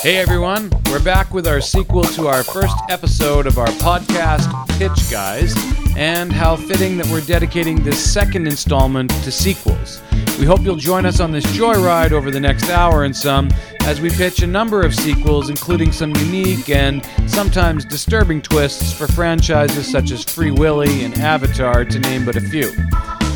Hey everyone, we're back with our sequel to our first episode of our podcast, Pitch Guys, and how fitting that we're dedicating this second installment to sequels. We hope you'll join us on this joyride over the next hour and some as we pitch a number of sequels, including some unique and sometimes disturbing twists for franchises such as Free Willy and Avatar, to name but a few.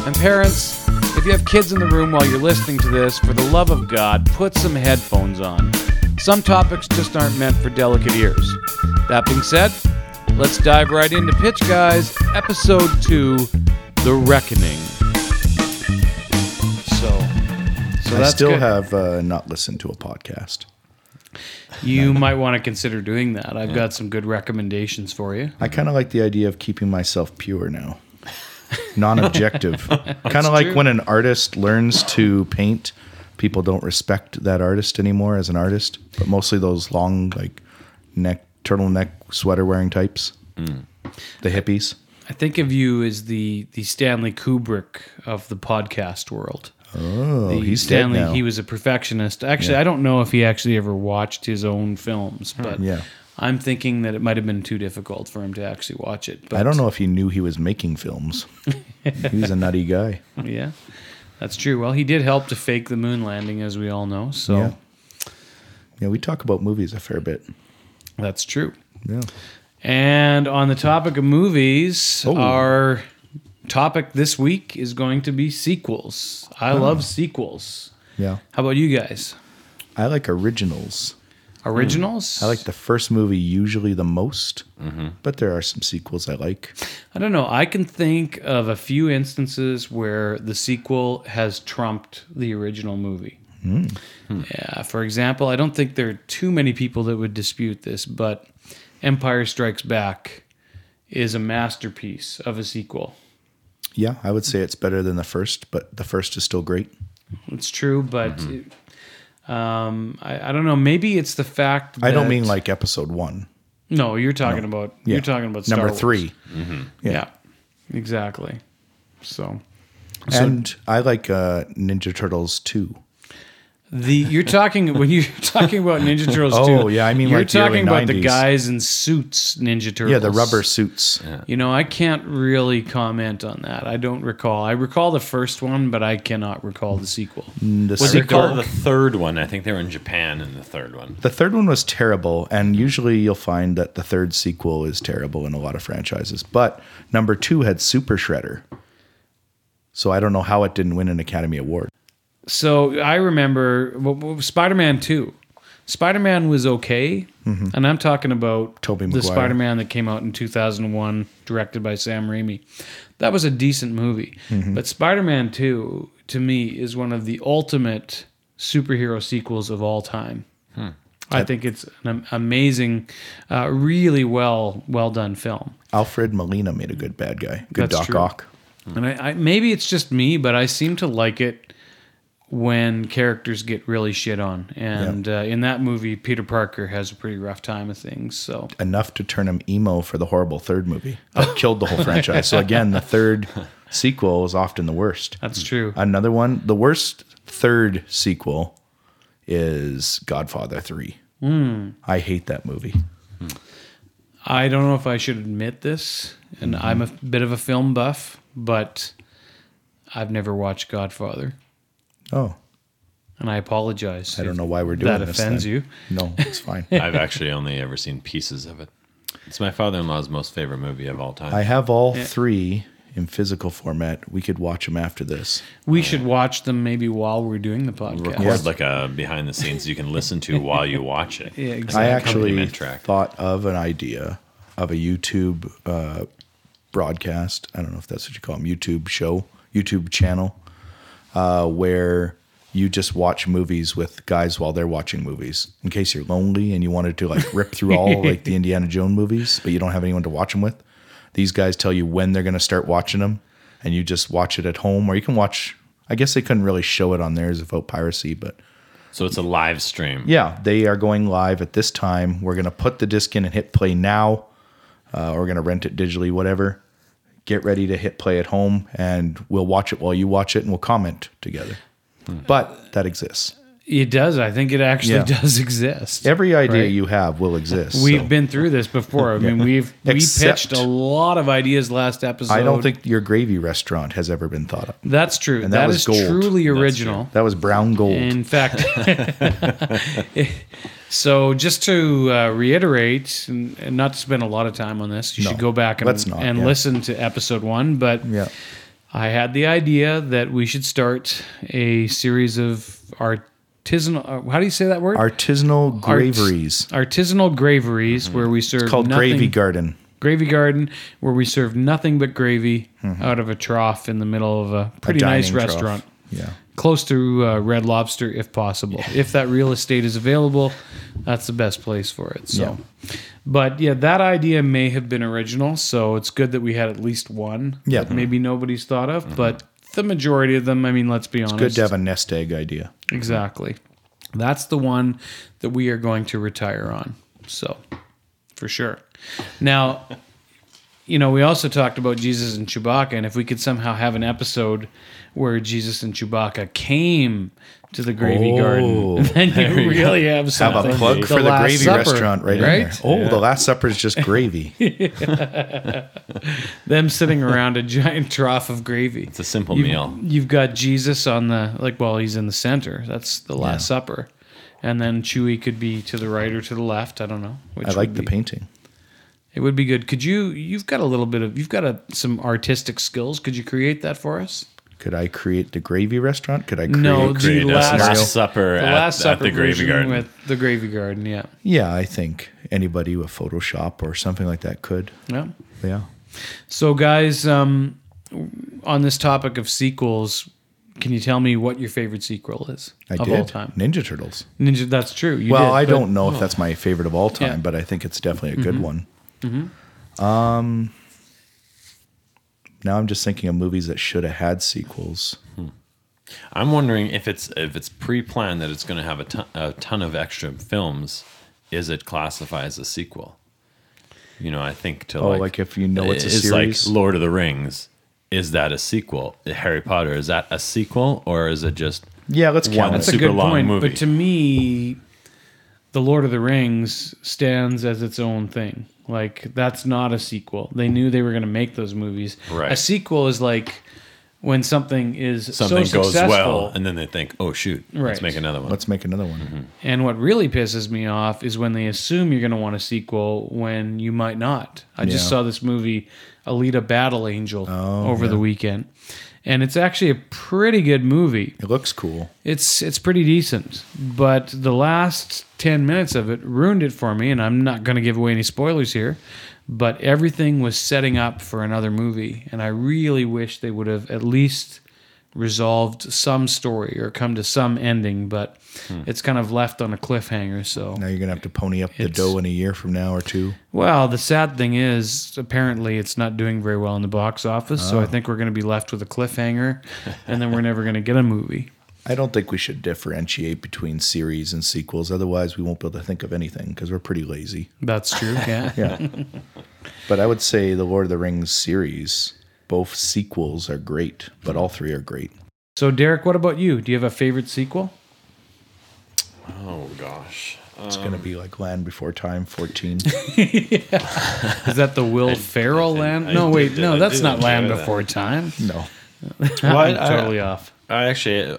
And parents, if you have kids in the room while you're listening to this, for the love of God, put some headphones on. Some topics just aren't meant for delicate ears. That being said, let's dive right into Pitch Guys, Episode 2 The Reckoning. So, so I that's still good. have uh, not listened to a podcast. You might want to consider doing that. I've got some good recommendations for you. I kind of like the idea of keeping myself pure now, non-objective. kind of like true. when an artist learns to paint, people don't respect that artist anymore as an artist, but mostly those long like neck turtleneck sweater wearing types, Mm. the hippies. I think of you as the the Stanley Kubrick of the podcast world. Oh, the he's Stanley. dead now. He was a perfectionist. Actually, I don't know if he actually ever watched his own films, but Yeah. I'm thinking that it might have been too difficult for him to actually watch it. But I don't know if he knew he was making films. he's a nutty guy. Yeah, that's true. Well, he did help to fake the moon landing, as we all know. So Yeah. Yeah, we talk about movies a fair bit. that's true. Yeah. And on the topic of movies, Oh. our topic this week is going to be sequels. I Oh. love sequels. Yeah. How about you guys? I like originals. Originals? Hmm. I like the first movie usually the most, but there are some sequels I like. I don't know. I can think of a few instances where the sequel has trumped the original movie. Hmm. Hmm. Yeah. For example, I don't think there are too many people that would dispute this, but Empire Strikes Back is a masterpiece of a sequel. Yeah, I would say it's better than the first, but the first is still great. It's true, but Mm-hmm. um, I, I don't know. Maybe it's the fact. That, I don't mean like episode one. No, you're talking about. Yeah. You're talking about Star number Wars. three. Yeah. Exactly. So. and I like uh, Ninja Turtles two. The you're talking when you're talking about Ninja Turtles. 2, Oh, yeah, I mean, you're like the early talking about the 90s. guys in suits Ninja Turtles. Yeah, the rubber suits. You know, I can't really comment on that. I don't recall. I recall the first one, but I cannot recall the sequel. And The, Was third- it the, called- recall the third one. I think they were in Japan in the third one. third one was terrible, and usually you'll find that the third sequel is terrible in a lot of franchises. But number two had Super Shredder, so I don't know how it didn't win an Academy Award. So I remember Spider Man Two. Spider Man was okay, and I'm talking about Mm-hmm. Tobey the Maguire. Spider Man that came out in 2001, directed by Sam Raimi. That was a decent movie, Mm-hmm. but Spider Man Two to me is one of the ultimate superhero sequels of all time. I think it's an am- amazing, uh, really well well done film. Alfred Molina made a good bad guy. Good That's Doc true. Ock. And I, I maybe it's just me, but I seem to like it when characters get really shit on. And uh, in that movie, Peter Parker has a pretty rough time of things. So enough to turn him emo for the horrible third movie Oh. that killed the whole franchise. So again, the third sequel is often the worst. that's true. Another one, the worst third sequel is Godfather 3. Hmm. I hate that movie. I don't know if I should admit this, and Mm-hmm. I'm a bit of a film buff, but I've never watched Godfather, Oh, and I apologize. I don't if know why we're doing That this. offends then. you. No, it's fine. I've actually only ever seen pieces of it. It's my father-in-law's most favorite movie of all time. I have all three in physical format. We could watch them after this. We should watch them maybe while we're doing the podcast. Record like a behind the scenes you can listen to while you watch it. Yeah, It's exactly. I an actually accompaniment track. thought of an idea of a YouTube uh, broadcast. I don't know if that's what you call them, YouTube show, YouTube channel, uh, where you just watch movies with guys while they're watching movies. In case you're lonely and you wanted to like rip through all like the Indiana Jones movies, but you don't have anyone to watch them with, these guys tell you when they're going to start watching them, and you just watch it at home, or you can watch. I guess they couldn't really show it on theirs without piracy, but So it's a live stream. yeah, they are going live at this time. We're going to put the disc in and hit play now. Uh, or we're going to rent it digitally, whatever. Get ready to hit play at home and we'll watch it while you watch it and we'll comment together. But that exists. It does. I think it actually Yeah. does exist. Every idea Right. you have will exist. We've so. been through this before. I mean, we've we Except- pitched a lot of ideas last episode. I don't think your gravy restaurant has ever been thought up. that's true. And that that was is gold. truly true. original. That was brown gold. In fact, so just to uh, reiterate, and, and not to spend a lot of time on this, you No, should go back and, let's not, and yeah. listen to episode one. But yeah. I had the idea that we should start a series of artisanal. uh, How do you say that word? Artisanal Art- graveries. Artisanal graveries, where we serve Mm-hmm. called nothing, Gravy Garden. gravy garden, where we serve nothing but gravy out of a trough in the middle of a pretty nice Mm-hmm. dining trough. restaurant Yeah. close to uh, Red Lobster if possible. If that real estate is available, that's the best place for it. So, but yeah, that idea may have been original, so it's good that we had at least one. Yeah. Mm-hmm. that maybe nobody's thought of, but the majority of them. I mean, let's be honest. Good to have a nest egg idea. Exactly. That's the one that we are going to retire on. So, for sure. Now, you know, we also talked about Jesus and Chewbacca, and if we could somehow have an episode where Jesus and Chewbacca came to the Gravy Oh. Garden, then you really have Have something. a plug for the Last gravy Supper, restaurant right, in there. Oh, the Last Supper is just gravy. Them sitting around a giant trough of gravy. It's a simple you've, meal. You've got Jesus on the like. Well, he's in the center. That's the Last Yeah. Supper, and then Chewie could be to the right or to the left. I don't know. Which I like would the be- painting. It would be good. Could you? You've got a little bit of. You've got a, some artistic skills. Could you create that for us? Could I create the gravy restaurant? Could I create No, the Create a last, uh, Last Supper the at- last at supper the Gravy version Garden. with the gravy garden. Yeah, Yeah, I think anybody with Photoshop or something like that could. yeah. Yeah. So, guys, um, on this topic of sequels, can you tell me what your favorite sequel is I of did. all time? Ninja Turtles. Ninja. That's true. You well, did, I but- oh. don't know if that's my favorite of all time, Yeah. Mm-hmm. but I think it's definitely a good one. Um, now I'm just thinking of movies that should have had sequels. I'm wondering if it's if it's pre-planned that it's going to have a ton, a ton of extra films, is it classified as a sequel? You know, I think to Oh, like, like if you know it's a series? like Lord of the Rings. Is that a sequel? Harry Potter is that a sequel or is it just Yeah, let's count. One it. That's a super good long point. movie. But to me, The Lord of the Rings stands as its own thing. Like that's not a sequel. They knew they were going to make those movies. Right. A sequel is like when something is something so goes successful. well and then they think, oh shoot, Right. let's make another one. Let's make another one. And what really pisses me off is when they assume you're going to want a sequel when you might not. I just Yeah. saw this movie, Alita Battle Angel, Oh, over the weekend. And it's actually a pretty good movie. It looks cool. It's it's pretty decent, but the last ten minutes of it ruined it for me, and I'm not going to give away any spoilers here. But everything was setting up for another movie, and I really wish they would have at least resolved some story or come to some ending. But it's kind of left on a cliffhanger. So, Now you're gonna have to pony up the It's- dough in a year from now or two. well, the sad thing is, apparently, it's not doing very well in the box office. So I think we're going to be left with a cliffhanger, and then we're never going to get a movie. I don't think we should differentiate between series and sequels. Otherwise, we won't be able to think of anything because we're pretty lazy. That's true. Yeah. Yeah. but I would say the Lord of the Rings series, both sequels are great, but all three are great. So, Derek, what about you? Do you have a favorite sequel? Oh gosh. It's going to be like Land Before Time 14. Is that the Will Ferrell land? I No, did- wait, did- no, I that's did not Land enjoy Before Time. no. I'm I- totally off. I actually, uh,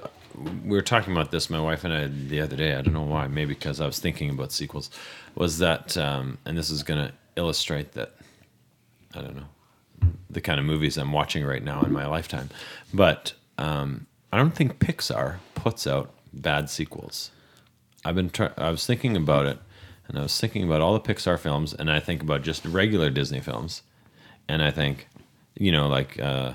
we were talking about this, my wife and I, the other day. I don't know why. Maybe because I was thinking about sequels. Was that, um, and this is going to illustrate that, I don't know, the kind of movies I'm watching right now in my lifetime. But um, I don't think Pixar puts out bad sequels. I've been, try- I was thinking about it, and I was thinking about all the Pixar films, and I think about just regular Disney films, and I think, you know, like, uh,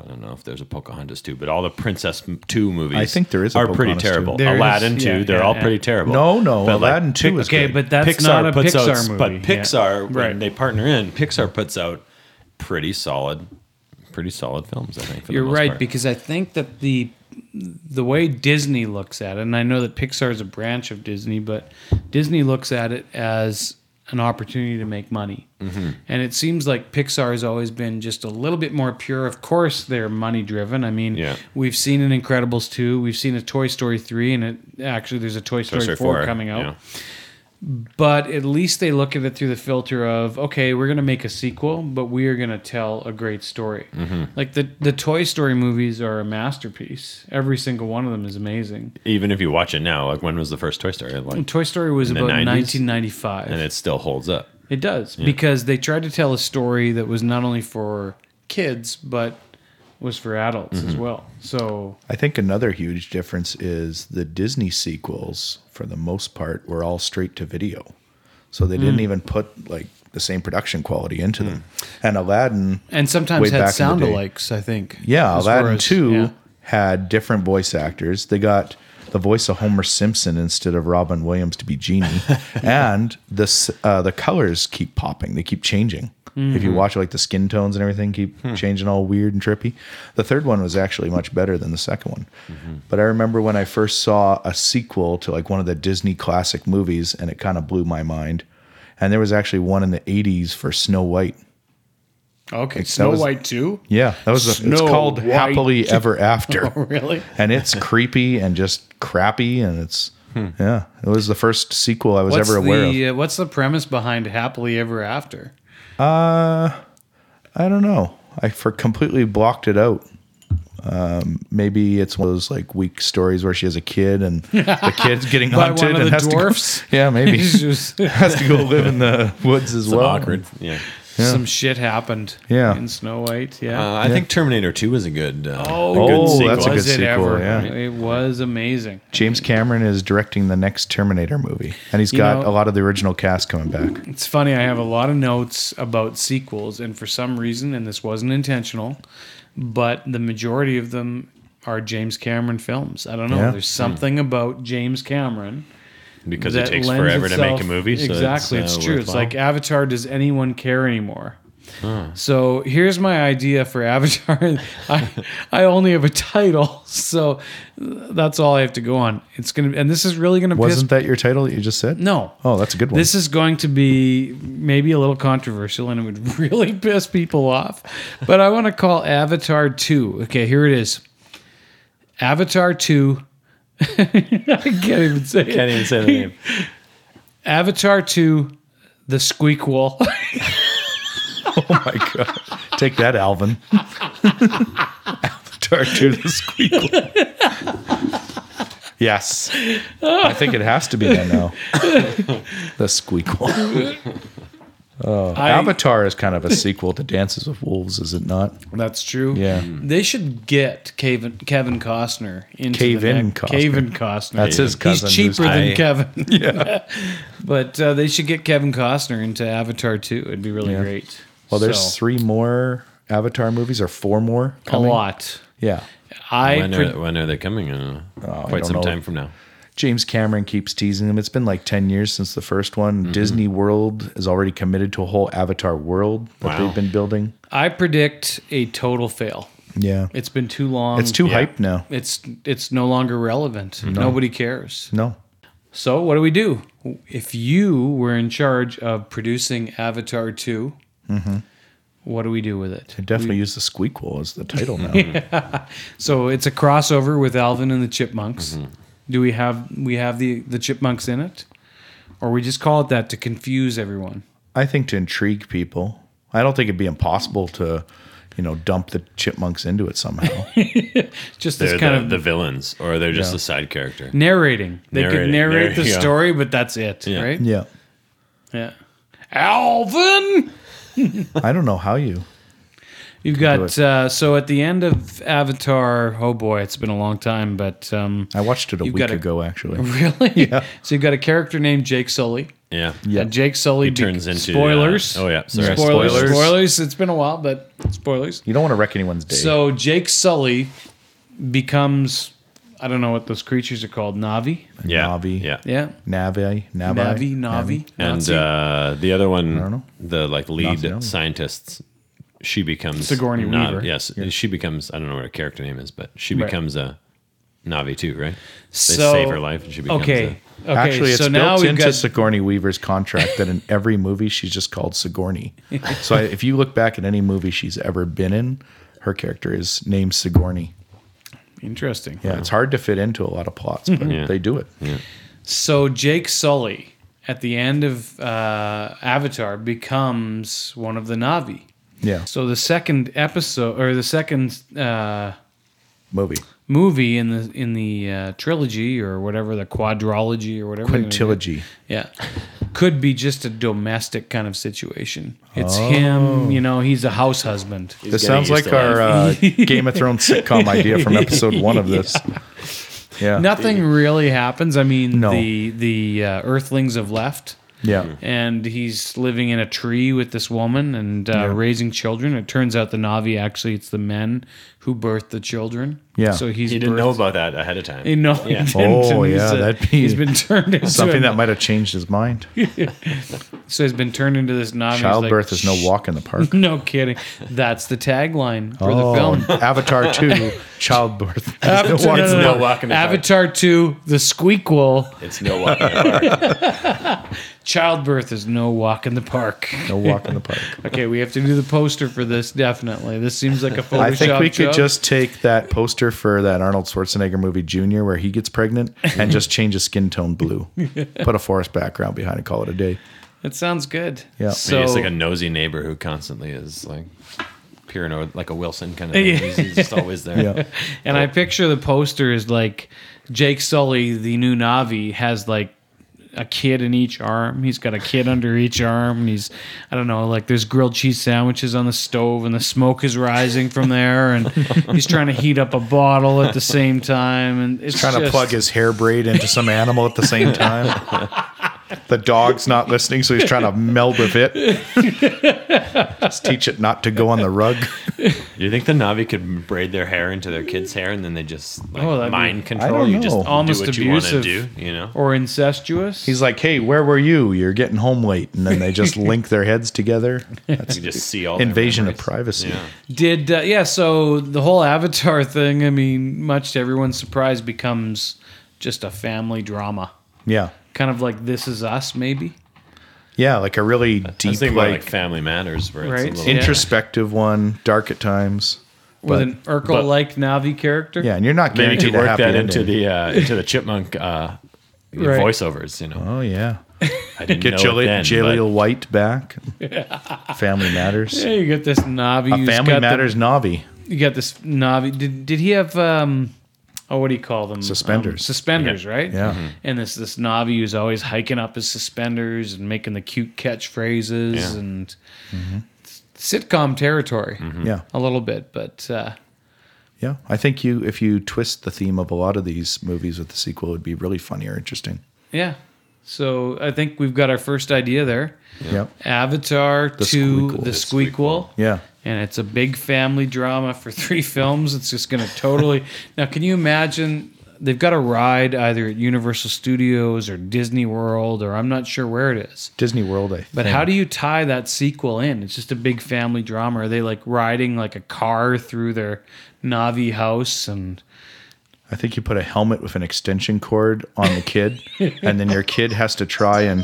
I don't know if there's a Pocahontas 2, but all the Princess m- 2 movies I think there is a are pretty Pocahontas 2. terrible. There is, Aladdin 2, yeah, they're yeah, all yeah. pretty terrible. No, no. But, like, Alain 2 is Okay, great. but that's Pixar not a puts Pixar out, movie. but yeah. Pixar right? when they partner in, Pixar puts out pretty solid, pretty solid films. I think for You're the most right part. because I think that the the way Disney looks at it, and I know that Pixar is a branch of Disney, but Disney looks at it as an opportunity to make money. Mm-hmm. And it seems like Pixar has always been just a little bit more pure. Of course, they're money driven. I mean, Yeah. we've seen an Incredibles 2, we've seen a Toy Story 3, and it, actually, there's a Toy Story, 4, coming out. yeah. But at least they look at it through the filter of, okay, we're going to make a sequel, but we are going to tell a great story. Mm-hmm. Like the, the Toy Story movies are a masterpiece. Every single one of them is amazing. Even if you watch it now, like when was the first Toy Story? Like, And Toy Story was In the about 90s? 1995. and it still holds up. It does because they tried to tell a story that was not only for kids but was for adults as Mm-hmm. well. So I think another huge difference is the Disney sequels, for the most part, were all straight to video. So they didn't even put like the same production quality into them. And Aladdin, and sometimes Way had back in sound the day. alikes. I think. yeah, As far Aladdin as- too yeah. had different voice actors. They got the voice of Homer Simpson instead of Robin Williams to be Genie, and the s- uh, the colors keep popping. They keep changing. If Mm-hmm. you watch like the skin tones and everything keep Hmm. changing all weird and trippy. The third one was actually much better than the second one. Mm-hmm. But I remember when I first saw a sequel to like one of the Disney classic movies and it kind of blew my mind. And there was actually one in the 80s for Snow White. Okay, Snow was- White too. Yeah, that was a, it's Snow called White. Happily Ever After. Really? and it's creepy and just crappy and it's yeah it was the first sequel i was What's ever aware the uh, what's the premise behind Happily Ever After? of Uh, i don't know i for completely blocked it out um, maybe it's one of those like weak stories where she has a kid and the kid's getting By hunted one of and the has dwarfs? to go, yeah maybe It's just- has to go live in the woods as well Awkward. Yeah. Some shit happened. Yeah. In Snow White. Uh, Yeah. I think Terminator 2 is a good. Uh, Oh, a good Oh, sequel. that's a good was it sequel, ever? yeah. It was amazing. james cameron is directing the next terminator movie and he's You got know- a lot of the original cast coming back It's funny, I have a lot of notes about sequels, and for some reason, and this wasn't intentional, but the majority of them are James Cameron films. I don't know. Yeah. There's something about James Cameron because that it takes lends forever to make itself- a movie. So exactly, it's, it's, uh, true. It's worthwhile. like Avatar. Does anyone care anymore? So here's my idea for Avatar. I I only have a title, so that's all I have to go on. It's gonna, and this is really gonna piss wasn't that your title that you just said no. oh that's a good one This is going to be maybe a little controversial and it would really piss people off. But I want to call Avatar 2. Okay, here it is. Avatar 2. I can't even say it. Can't even say the name. Avatar 2, The Squeak Wall. Oh my god! Take that, Alvin. Avatar to the squeakle. yes, I think it has to be that now. the squeakle. I- Avatar is kind of a sequel to Dances with Wolves, is it not? That's true. Yeah. They should get Kevin, Kevin Costner into Kevin the Costner. Kevin Costner. That's his cousin He's cheaper who's- than I- Kevin. Yeah. but uh, they should get Kevin Costner into Avatar 2. It'd be really great. Well, there's So, three more Avatar movies, or four more. a Coming. uh, lot. Yeah. I When pre- are, when are they coming? I don't know. Oh, I Quite don't some know. time from now. James Cameron keeps teasing them. It's been like 10 years since the first one. Mm-hmm. Disney World is already committed to a whole Avatar world that Wow. they've been building. I predict a total fail. Yeah. It's been too long. It's too hyped now. It's it's no longer relevant. Nobody cares. No. So what do we do? If you were in charge of producing Avatar 2 what do we do with it? I definitely use the squeakquel as the title now. So it's a crossover with Alvin and the Chipmunks. Mm-hmm. Do we have we have the the Chipmunks in it, or we just call it that to confuse everyone? I think to intrigue people. I don't think it'd be impossible to, you know, dump the chipmunks into it somehow. Just They're this kind the, of the villains, or they're just a side character. narrating. They could Narrating. narrate There the you go. story, but that's it, Yeah. right? yeah. Yeah. Alvin. I don't know how you. You've got uh, so at the end of Avatar. Oh boy, it's been a long time, but um, I watched it a You've week gotta- ago actually. really, yeah. So you've got a character named Jake Sully. Yeah. Yeah. And Jake Sully He turns be- into uh, spoilers. oh yeah, sorry. spoilers, spoilers, Spoilers. It's been a while, but spoilers. You don't want to wreck anyone's day. So Jake Sully becomes I don't know what those creatures are called. Navi. Yeah. Navi. Yeah. Yeah. Navi, Navi, Navi. Navi. And Nazi. uh, the other one, know. the like lead Nazi, I don't know. scientist, she becomes Sigourney not- Weaver. Yes, she becomes. I don't know what her character name is, but she Right. becomes a Navi too, right? They So- save her life and she becomes Okay. Okay. Actually, it's so built now we've into got Sigourney Weaver's contract that in every movie she's just called Sigourney. so I, if you look back at any movie she's ever been in, her character is named Sigourney. interesting. Yeah, it's hard to fit into a lot of plots, but Mm-hmm. Yeah. they do it. So Jake Sully at the end of uh, Avatar becomes one of the Navi. Yeah, So the second episode or the second uh, movie movie in the in the uh, trilogy or whatever the quadrology or whatever they're gonna do. quintilogy. Yeah. Could be just a domestic kind of situation. It's Oh. him, you know, he's a house husband. This getting sounds used like to our uh, Game of Thrones sitcom idea from episode one of this. Yeah, Nothing really happens. I mean, No. the the uh, Earthlings have left, yeah. and he's living in a tree with this woman and uh, raising children. It turns out the Navi actually it's the men who birth the children. Yeah. so he's He didn't birthed- know about that ahead of time. He no, he Yeah. didn't. Oh, And he's, yeah, uh, that'd be he's been turned into Something a- that might have changed his mind. so he's been turned into this Navi. He's like, Childbirth is no walk in the park. No kidding. That's the tagline for Oh, the film. Avatar 2, childbirth. Avatar, Walk in the no walk in the park. Avatar 2, the squeakquel, It's no walking apart. childbirth is no walk in the park. No walk in the park. Okay, we have to do the poster for this, definitely. This seems like a Photoshop I think we could job. just take that poster for that Arnold Schwarzenegger movie Junior, where he gets pregnant, and just change his skin tone blue, put a forest background behind, and call it a day. That sounds good. Yeah. So, Maybe it's like a nosy neighbor who constantly is like peering over, like a Wilson kind of thing. Yeah. He's, he's just always there. Yeah, and I picture the poster is like Jake Sully, the new Navi, has like a kid in each arm. He's got a kid under each arm. And he's, I don't know, like there's grilled cheese sandwiches on the stove and the smoke is rising from there. And he's trying to heat up a bottle at the same time. And it's trying to just- plug his hair braid into some animal at the same time. the dog's not listening, so he's trying to meld with it. just teach it not to go on the rug. Do you think the Navi could braid their hair into their kids' hair and then they just like Oh, that'd be- mind control? I don't You just know. do Almost what you want to abusive. do, you know? Or incestuous. He's like, "Hey, where were you? You're getting home late," and then they just link their heads together. You can just see all their Invasion of memories. privacy. Yeah. Did uh, yeah? So the whole Avatar thing, I mean, much to everyone's surprise, becomes just a family drama, yeah. kind of like This Is Us, maybe. Yeah, like a really I was deep, thinking about like like, Family Matters, where Right. it's a little Interest- introspective one, dark at times. With But- an Urkel-like Navi character, Yeah, and you're not Maybe you guaranteed could to work happy that into ending. the uh, into the chipmunk uh, Right. voiceovers. You know, Oh yeah, I didn't get know Jali- it then, Jaleel White back. family matters. Yeah, you got this Navi. A who's family got the- matters. Navi. you got this Navi. Did, did he have um? Oh, what do you call them? Suspenders. Um, suspenders, right? Yeah. And this this Navi who's always hiking up his suspenders and making the cute catchphrases Yeah. and Mm-hmm. sitcom territory Hmm. Yeah, a little bit, but uh, yeah. I think you, if you twist the theme of a lot of these movies with the sequel, it'd be really funny or interesting. Yeah. So I think we've got our first idea there. Yeah, Avatar to Squeakquel. the The Squeakquel. yeah. And it's a big family drama for three films. It's just going to totally. now, can you imagine? They've got a ride either at Universal Studios or Disney World, or I'm not sure where it is. Disney World. I think. But how do you tie that sequel in? It's just a big family drama. Are they like riding like a car through their Navi house? And I think you put a helmet with an extension cord on the kid, and then your kid has to try and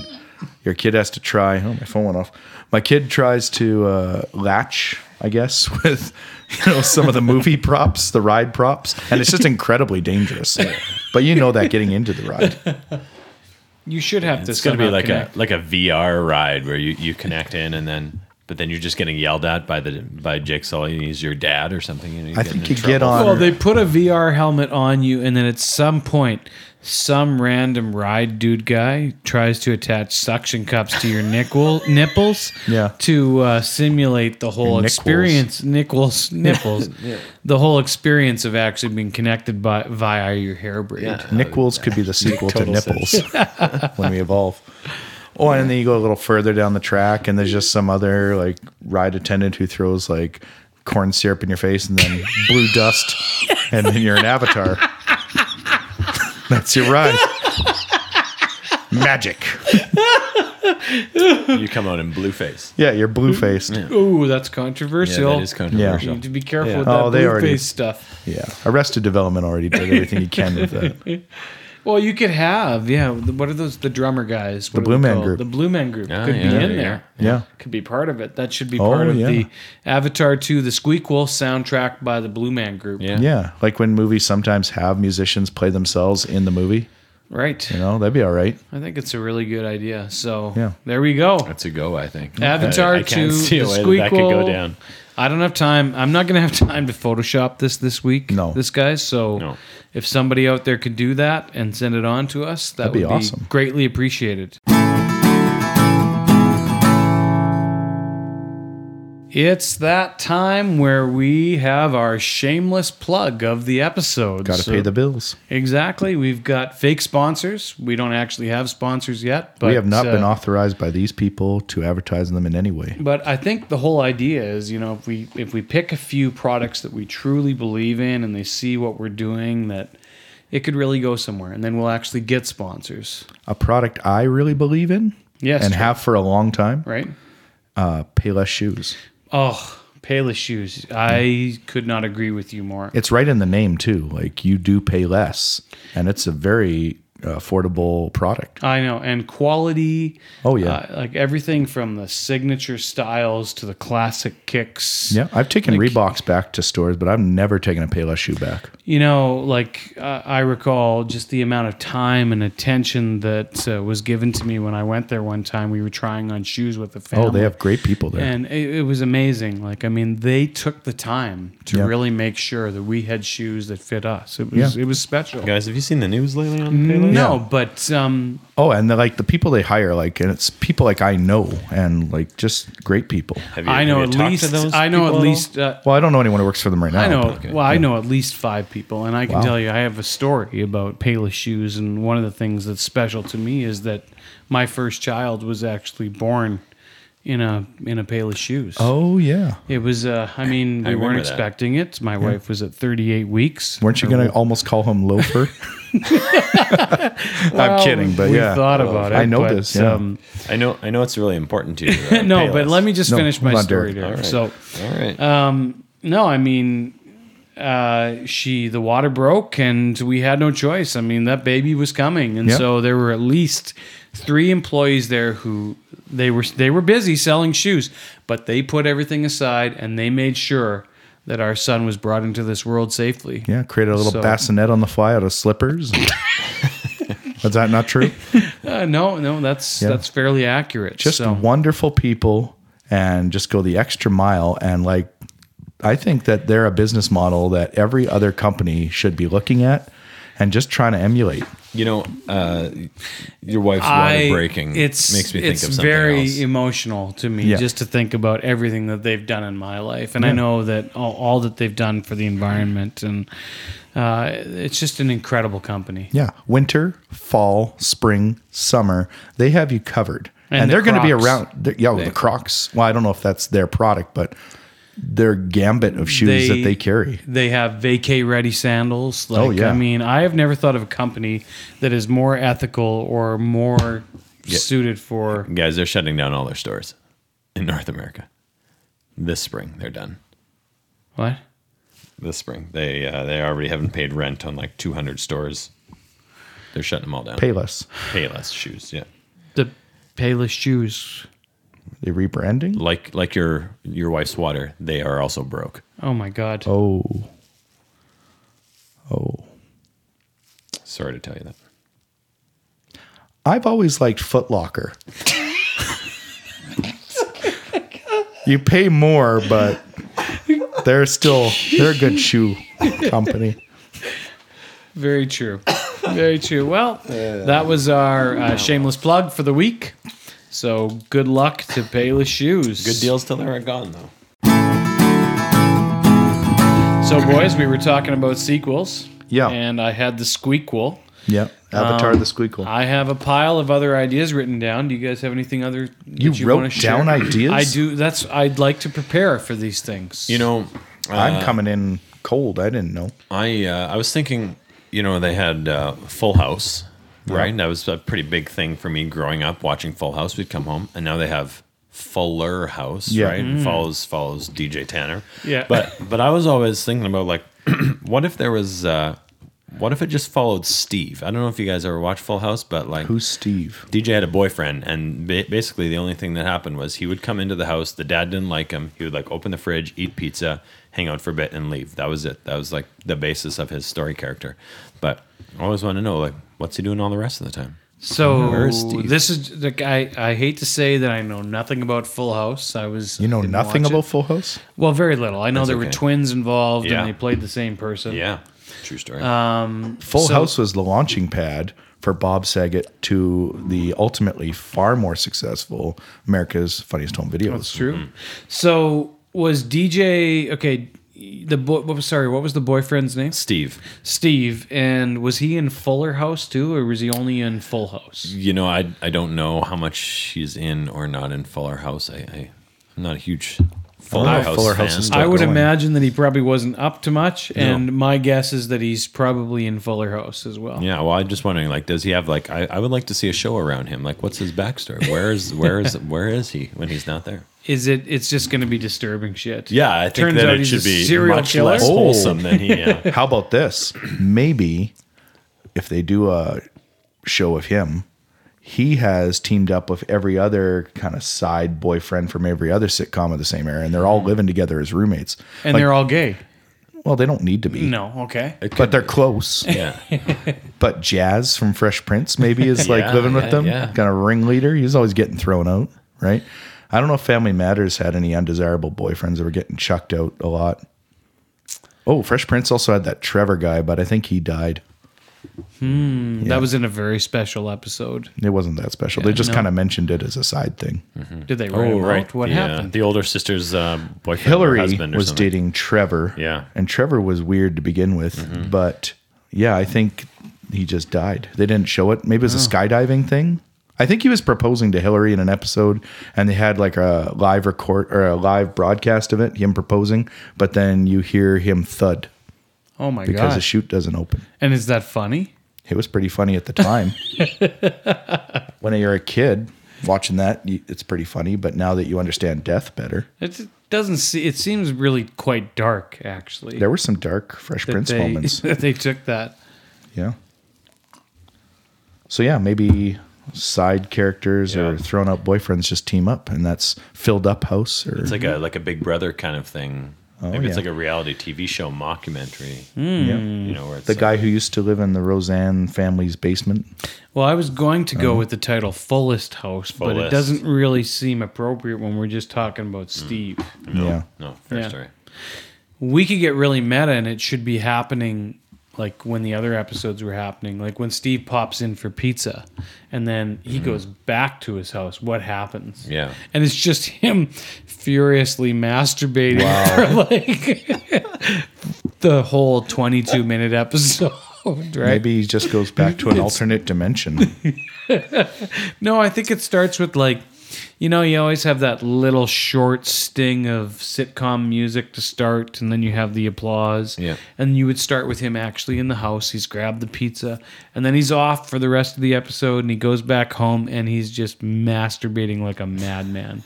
your kid has to try. Oh, my phone went off. My kid tries to uh, latch, I guess, with you know some of the movie props, the ride props, and it's just incredibly dangerous. But you know that getting into the ride, you should have to. It's going to be somehow like connect. a like a VR ride where you, you connect in and then but then you're just getting yelled at by the by Jake Sully and he's your dad or something. You know, you're I getting think in you get trouble. on. Well, they put a VR helmet on you, and then at some point, some random ride dude guy tries to attach suction cups to your nickel nipples, Yeah. to uh, simulate the whole Your nickels. experience. Nickels, nipples, the whole experience of actually being connected by via your hair braid. Nickels could be the sequel to total nipples when we evolve. Oh, and then you go a little further down the track, and there's just some other like ride attendant who throws like corn syrup in your face, and then blue dust, and then you're an avatar. That's your ride. Magic. You come out in blue face. Yeah, you're blue faced. Yeah. Ooh, that's Yeah, controversial. that is controversial. You need to be careful Yeah. with that Oh, they blue already- face stuff. Arrested Development already did everything you can with that. Well, you could have, yeah. the- What are those? The drummer guys. What The are Blue they Man called? Group. The Blue Man Group Ah, could yeah, be there in you go. there. Yeah. Could be part of it. That should be Oh, part of yeah. the Avatar 2, the Squeakquel soundtrack by the Blue Man Group. Yeah. Yeah. Like when movies sometimes have musicians play themselves in the movie. Right. You know, that'd be all right. I think it's a really good idea. So Yeah. there we go. That's a go, I think. Avatar I, I 2, can't see a the way that, that could go Squeakquel. down. I don't have time. I'm not going to have time to Photoshop this this week. No. This guy. So No. if somebody out there could do that and send it on to us, that That'd be would be awesome. greatly appreciated. It's that time where we have our shameless plug of the episode. Got to So- pay the bills. Exactly. We've got fake sponsors. We don't actually have sponsors yet, but we have not uh, been authorized by these people to advertise them in any way. But I think the whole idea is, you know, if we if we pick a few products that we truly believe in and they see what we're doing, that it could really go somewhere, and then we'll actually get sponsors, A product I really believe in Yes, and true. have for a long time right? uh, Payless Shoes. Oh, Payless shoes. I could not agree with you more. It's right in the name, too. Like you do pay less, and it's a very uh, affordable product. I know, and quality. Oh, yeah. uh, like everything from the signature styles to the classic kicks. Yeah, I've taken Reeboks back to stores, but I've never taken a Payless shoe back. you know, like uh, I recall just the amount of time and attention that uh, was given to me when I went there one time. We were trying on shoes with the family. Oh, they have great people there. And it, it was amazing. Like, I mean, they took the time to Yeah. really make sure that we had shoes that fit us. It was, Yeah. it was special. Guys, have you seen the news lately on Payless? No, but um, oh, and they're like the people they hire, like, and it's people like I know, and like just great people. Have I know at least I know at least uh, Well, I don't know anyone who works for them right now. I know. but- Well, I know at least five people, and I can Oh, Wow. tell you, I have a story about Payless shoes. And one of the things that's special to me is that my first child was actually born in a in a Payless shoes. Oh yeah. It was. Uh, I mean, I we weren't remember that. expecting it. My wife was at 38 weeks. Weren't you gonna almost call him loafer? I'm kidding, but we yeah. thought about it. I know but, this. Yeah. um, I know. I know it's really important to you. uh, no, Payless. but let me uh, just No, finish my hold on, story, Derek. Derek. All right. So. All right. No, I mean, uh, she the water broke, and we had no choice. I mean, that baby was coming, and Yeah. so there were at least three employees there who they were they were busy selling shoes, but they put everything aside and they made sure that our son was brought into this world safely. yeah, created a little So- bassinet on the fly out of slippers. Is that not true? Uh, no, no, that's Yeah. that's fairly accurate. Just so, wonderful people and just go the extra mile and like I think that they're a business model that every other company should be looking at and just trying to emulate. you know, uh, your wife's I water breaking. it's makes me think it's of something very else. emotional to me Yeah. just to think about everything that they've done in my life, and I know that all, all that they've done for the environment, and uh, it's just an incredible company. Yeah. Winter, fall, spring, summer, they have you covered. And And, the they're going to be Crocs. around. they're- Yeah, the Crocs. Well, I don't know if that's their product, but their gambit of shoes that they carry. They have vacay ready sandals. Like, Oh, yeah. I mean, I have never thought of a company that is more ethical or more suited for. Guys, they're shutting down all their stores in North America this spring. They're done. What? This spring, they uh, they already haven't paid rent on like 200 stores. They're shutting them all down. Payless. Payless shoes, yeah. The Payless shoes. They rebranding. Like like your your wife's water, they are also broke. Oh, my God. Oh. Oh. Sorry to tell you that. I've always liked Foot Locker. you pay more, but they're still they're a good shoe company. Very true. Very true. Well, that was our uh, shameless plug for the week. So good luck to Payless Shoes. Good deals till they're gone though. So, boys, we were talking about sequels. Yeah. And I had the squeakquel. Yep. Avatar the Squeakle. I have a pile of other ideas written down. Do you guys have anything other that You wrote wanna share? down ideas? I do. That's I'd like to prepare for these things. You know, I'm coming in cold. I didn't know. I uh, I was thinking, you know, they had uh, Full House, right? That was a pretty big thing for me growing up watching Full House. We'd come home, and now they have Fuller House, Yeah. right? Follows follows DJ Tanner. Yeah. but but I was always thinking about like, what if there was, uh, what if it just followed Steve? I don't know if you guys ever watched Full House, but like, Who's Steve? DJ had a boyfriend, and ba- basically the only thing that happened was he would come into the house. The dad didn't like him. He would like open the fridge, eat pizza, hang out for a bit, and leave. That was it. That was like the basis of his story character. But I always want to know like what's he doing all the rest of the time? So Where's Steve? this is the guy. I hate to say that I know nothing about Full House. I was You know didn't nothing watch it. about Full House? Well, very little. I know That's there were okay. twins involved Yeah. and they played the same person. Yeah, true story. Full So- House was the launching pad for Bob Saget to the ultimately far more successful America's Funniest Home Videos. That's true. So was DJ okay? The boy, what was sorry? What was the boyfriend's name? Steve. Steve. And was he in Fuller House too, or was he only in Full House? You know, I I don't know how much she's in or not in Fuller House. I, I I'm not a huge Fuller know if House. Fuller fan. House is I Still would going. imagine that he probably wasn't up to much, and my guess is that he's probably in Fuller House as well. Yeah, well, I'm just wondering, like, does he have like? I, I would like to see a show around him. Like, what's his backstory? Where is where is where is he when he's not there? Is it? It's just going to be disturbing shit. Yeah, I think Turns that out it he's should a be serial much killer. less Oh. wholesome than he. Uh, How about this? Maybe if they do a show of him, he has teamed up with every other kind of side boyfriend from every other sitcom of the same era, and they're all living together as roommates. and Like, they're all gay. well, they don't need to be, No, okay. Mm. but they're close. yeah, But Jazz from Fresh Prince maybe is like Yeah, living with yeah, them, yeah. kind of ringleader. He's always getting thrown out, right? I don't know if Family Matters had any undesirable boyfriends that were getting chucked out a lot. Oh, Fresh Prince also had that Trevor guy, but I think he died. That was in a very special episode. It wasn't that special. they just no. kind of mentioned it as a side thing. Mm-hmm. Did Oh, they write him out? What the, uh, happened? the older sister's uh, boyfriend, or Hillary husband, or was something. dating Trevor. Yeah. Mm-hmm. And Trevor was weird to begin with, but yeah, I think he just died. They didn't show it. Maybe it was Oh. a skydiving thing. I think he was proposing to Hillary in an episode and they had like a live record or a live broadcast of it, him proposing, but then you hear him thud oh my because the god! chute doesn't open. and is that funny? It was pretty funny at the time. when you're a kid watching that, you- it's pretty funny, but now that you understand death better, It doesn't. See, it seems really quite dark, actually. there were some dark Fresh that Prince they, moments. that they took that. Yeah. So yeah, maybe side characters Yeah. or thrown out boyfriends just team up, and that's filled up house or It's like a like a Big Brother kind of thing. Maybe yeah. it's like a reality TV show mockumentary. yeah. You know, where it's the like- guy who used to live in the Roseanne family's basement. Well, I was going to Um, go with the title "Fullest House," but it Fullest. doesn't really seem appropriate when we're just talking Mm. about Steve. Yeah. No, fair Yeah. story. We could get really meta, and it should be happening like when the other episodes were happening, like when Steve pops in for pizza, and then Mm-hmm. he goes back to his house. What happens? Yeah. and it's just him furiously masturbating for like the whole 22 minute episode right Maybe he just goes back to an alternate dimension. no i think it starts with like you know you always have that little short sting of sitcom music to start and then you have the applause Yeah. and you would start with him actually in the house he's grabbed the pizza and then he's off for the rest of the episode and he goes back home and he's just masturbating like a madman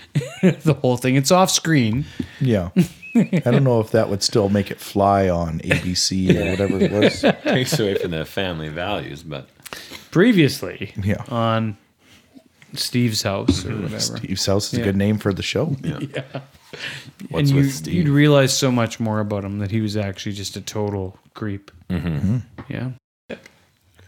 the whole thing it's off screen Yeah. I don't know if that would still make it fly on ABC or whatever it was. Takes away from the family values, but previously Yeah. Uh, on Steve's house Mm-hmm. or whatever. Steve's house is Yeah. a good name for the show. what's and you, with Steve? you'd realize so much more about him that he was actually just a total creep. Mm-hmm. Yeah.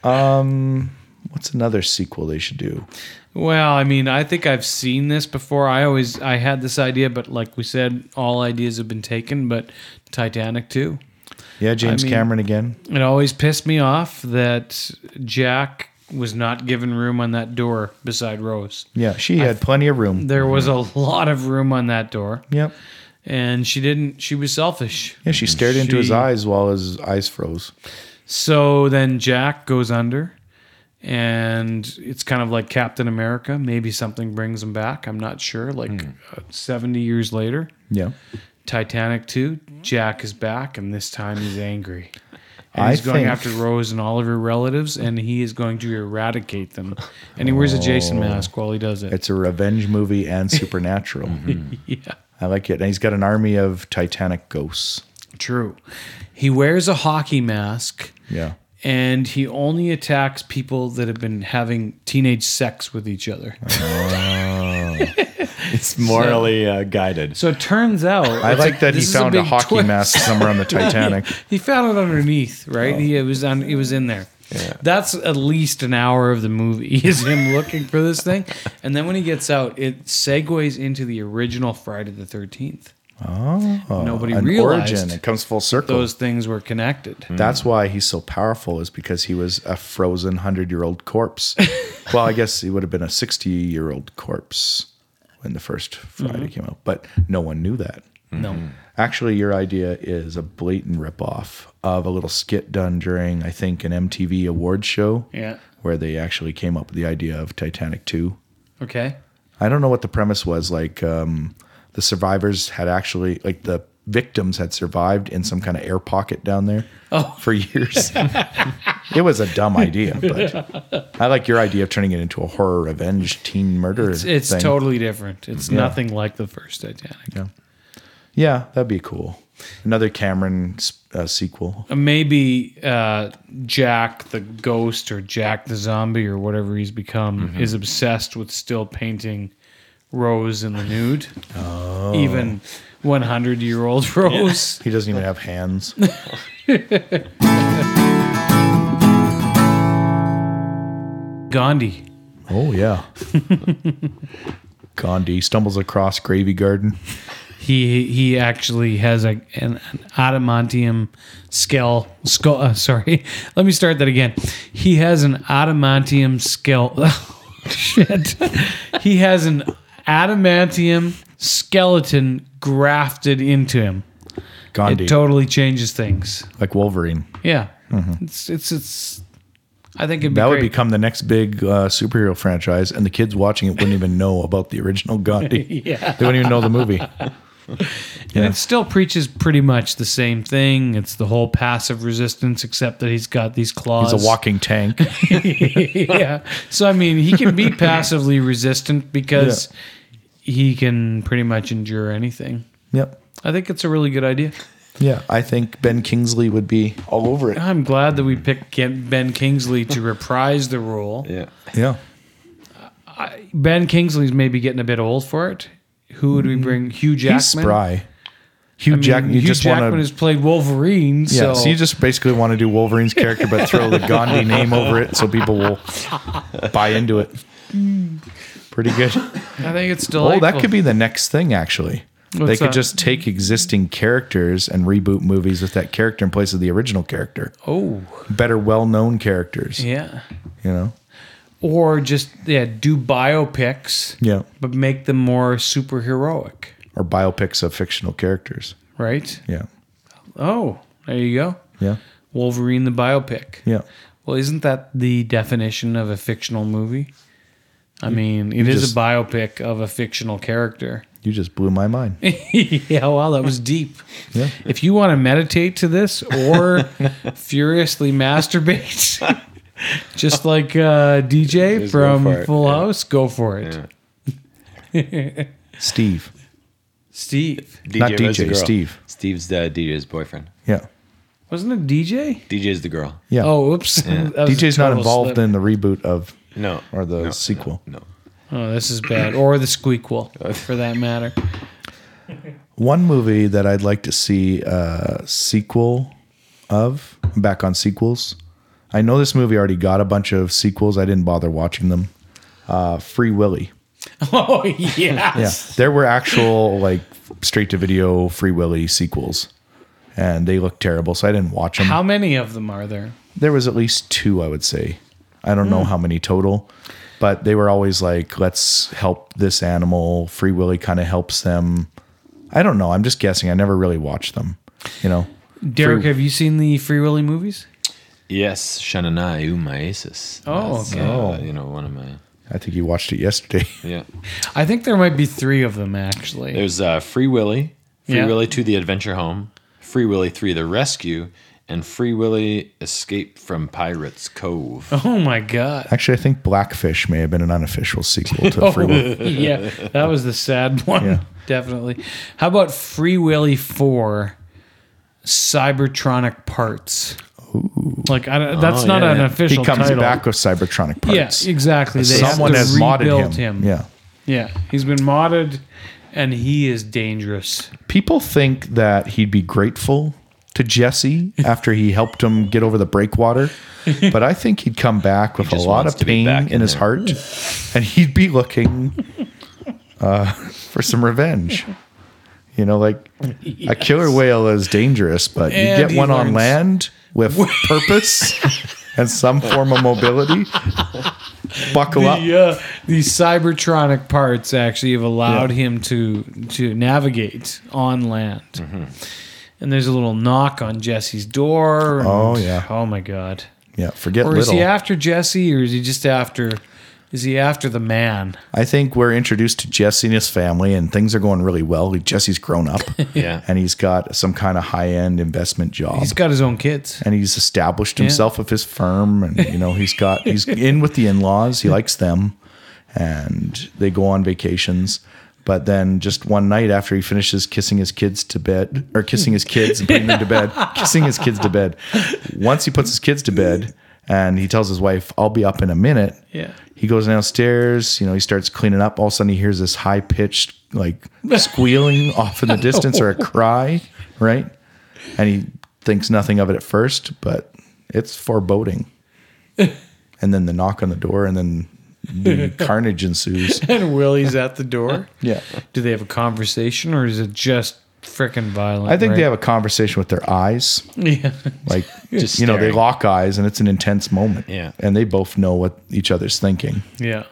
Um, what's another sequel they should do? Well, I mean, I think I've seen this before. I always I had this idea, but like we said, all ideas have been taken. But Titanic too. Yeah, James mean- Cameron again. It always pissed me off that Jack was not given room on that door beside Rose. Yeah, she had plenty of room. There was a Mm-hmm. lot of room on that door, Yep. and she didn't. She was selfish. Yeah, she stared into his She- eyes while his eyes froze. So then Jack goes under, and it's kind of like Captain America. Maybe something brings him back. I'm not sure. Like Hmm. uh, 70 years later, Yeah. Titanic 2, Jack is back, and this time he's angry. And I he's going think- after Rose and all of your relatives, and he is going to eradicate them. And he wears a Oh. Jason mask while he does it. It's a revenge movie and supernatural. Yeah, I like it. And he's got an army of Titanic ghosts. true. He wears a hockey mask, Yeah. and he only attacks people that have been having teenage sex with each other. It's morally uh, guided. So it turns out, I like that he found a, hockey mask. mask somewhere on the Titanic. He found it underneath, right? Oh. He it was on. It was in there. That's at least an hour of the movie is him looking for this thing, and then when he gets out, it segues into the original Friday the Thirteenth. Oh, Nobody realized It comes full circle. Those things were connected. That's why he's so powerful, is because he was a frozen hundred year old corpse. well, I guess he would have been a sixty year old corpse when the first Friday Mm-hmm. came out, but no one knew that. No, Actually, your idea is a blatant ripoff of a little skit done during, I think, an MTV awards show. Yeah. Where they actually came up with the idea of Titanic 2. okay, I don't know what the premise was. Like um, the survivors had actually, like the victims had survived in some kind of air pocket down there Oh. for years. it was a dumb idea, but I like your idea of turning it into a horror revenge teen murder. it's, it's thing. totally different. It's nothing like the first Titanic. Yeah, that'd be cool. Another Cameron uh, sequel. Maybe uh, Jack the ghost or Jack the zombie or whatever he's become is obsessed with still painting Rose in the nude. Oh. Even 100 year old Rose. He doesn't even have hands. Gandhi. Oh yeah. Gandhi stumbles across Gravy Garden. He he actually has a an, an adamantium skull skull. Uh, sorry, let me start that again. He has an adamantium skull. shit, he has an adamantium skeleton grafted into him. It Gandhi, totally changes things. like Wolverine. Yeah, it's it's it's. I think it'd be Mm-hmm. That would great. become the next big uh, superhero franchise, and the kids watching it wouldn't even know about the original Gandhi. Yeah. They wouldn't even know the movie. And it still preaches pretty much the same thing. It's the whole passive resistance, except that he's got these claws. He's a walking tank. yeah. So I mean, he can be passively resistant because he can pretty much endure anything. Yep. I think it's a really good idea. Yeah, I think Ben Kingsley would be all over it. I'm glad that we picked Ken- Ben Kingsley to reprise the role. Yeah. Yeah. Ben Kingsley's maybe getting a bit old for it. Who would we bring? Hugh Jackman. Mm-hmm. He's spry. Hugh I mean, Jackman. You Hugh just Jackman want to. has played Wolverine, Yeah, so, so, you just basically want to do Wolverine's character, but throw the Gandhi name over it so people will buy into it. Pretty good. I think it's Oh, delightful. that could be the next thing, actually. they What's could that? just take existing characters and reboot movies with that character in place of the original character. Oh, Better, well known characters, yeah. you know? Or just yeah, do biopics, Yeah. but make them more superheroic, Or biopics of fictional characters. right? Yeah. Oh, there you go. Yeah. Wolverine the biopic. Yeah. Well, isn't that the definition of a fictional movie? I mean, it is just- a biopic of a fictional character. You just blew my mind. yeah, wow, that was deep. Yeah. If you want to meditate to this or furiously masturbate, just like uh, DJ Just go from for it, Full yeah. House, go for it. Yeah. Steve. Steve. DJ Not was the DJ, girl. Steve. Steve's uh, DJ's boyfriend. Yeah. Wasn't it DJ? DJ's the girl. Yeah. Oh, oops. That was a DJ's not total involved slip. in the reboot of No. or the no, sequel. No. Oh, this is bad. Or the squeakquel, for that matter. One movie that I'd like to see a sequel of, I'm back on sequels. I know this movie already got a bunch of sequels. I didn't bother watching them. Uh, Free Willy. Oh, yeah. Yeah. There were actual, like, straight to video Free Willy sequels, and they looked terrible, so I didn't watch them. How many of them are there? there was at least two, I would say. I don't know how many total, but they were always like, let's help this animal. Free Willy kind of helps them. I don't know. I'm just guessing. I never really watched them, you know? Derek, have you seen the Free Willy movies? Yes, Shananai Umaesis. Oh, That's, okay. uh, you know, one of my. I think you watched it yesterday. Yeah. I think there might be three of them, actually. There's uh, Free Willy, Free Yeah. Willy 2, The Adventure Home, Free Willy 3, The Rescue, and Free Willy Escape from Pirates Cove. Oh my god. Actually, I think Blackfish may have been an unofficial sequel to Free Will. yeah, that was the sad one. Yeah. Definitely. How about Free Willy 4 Cybertronic Parts? Like I, don't- that's Oh, not yeah, an yeah. official He comes title. back with cybertronic Yeah, parts. exactly. They have Someone to has modded rebuild him. Yeah. Yeah, he's been modded and he is dangerous. People think that he'd be grateful to Jesse after he helped him get over the breakwater, but I think he'd come back with a just lot wants of to be pain back in, in his there. heart, and he'd be looking uh, for some revenge. You know, like a killer whale is dangerous, but And you get he one on learns- land with purpose and some form of mobility. Buckle up. The, uh, the Cybertronic parts actually have allowed him to to navigate on land. Mm-hmm. And there's a little knock on Jesse's door. and- Oh, yeah. Oh my god. Yeah, forget Or is little. he after Jesse or is he just after is he after the man? I think we're introduced to Jesse and his family, and things are going really well. Jesse's grown up, Yeah. and he's got some kind of high-end investment job, He's got his own kids. and he's established himself with his firm, and you know he's got he's in with the in-laws. He likes them, and they go on vacations. But then, just one night after he finishes kissing his kids to bed, or kissing his kids and putting them to bed, kissing his kids to bed. Once he puts his kids to bed, and he tells his wife, "I'll be up in a minute." Yeah. He goes downstairs, you know, he starts cleaning up. All of a sudden, he hears this high pitched, like, squealing off in the distance or a cry, right? And he thinks nothing of it at first, but it's foreboding. and then the knock on the door, and then the carnage ensues. And Willie's at the door. Yeah. Do they have a conversation or is it just freaking violent? I think they have a conversation with their eyes. they have Yeah. Like, Just you know, they staring. lock eyes, and it's an intense moment. Yeah. And they both know what each other's thinking. Yeah.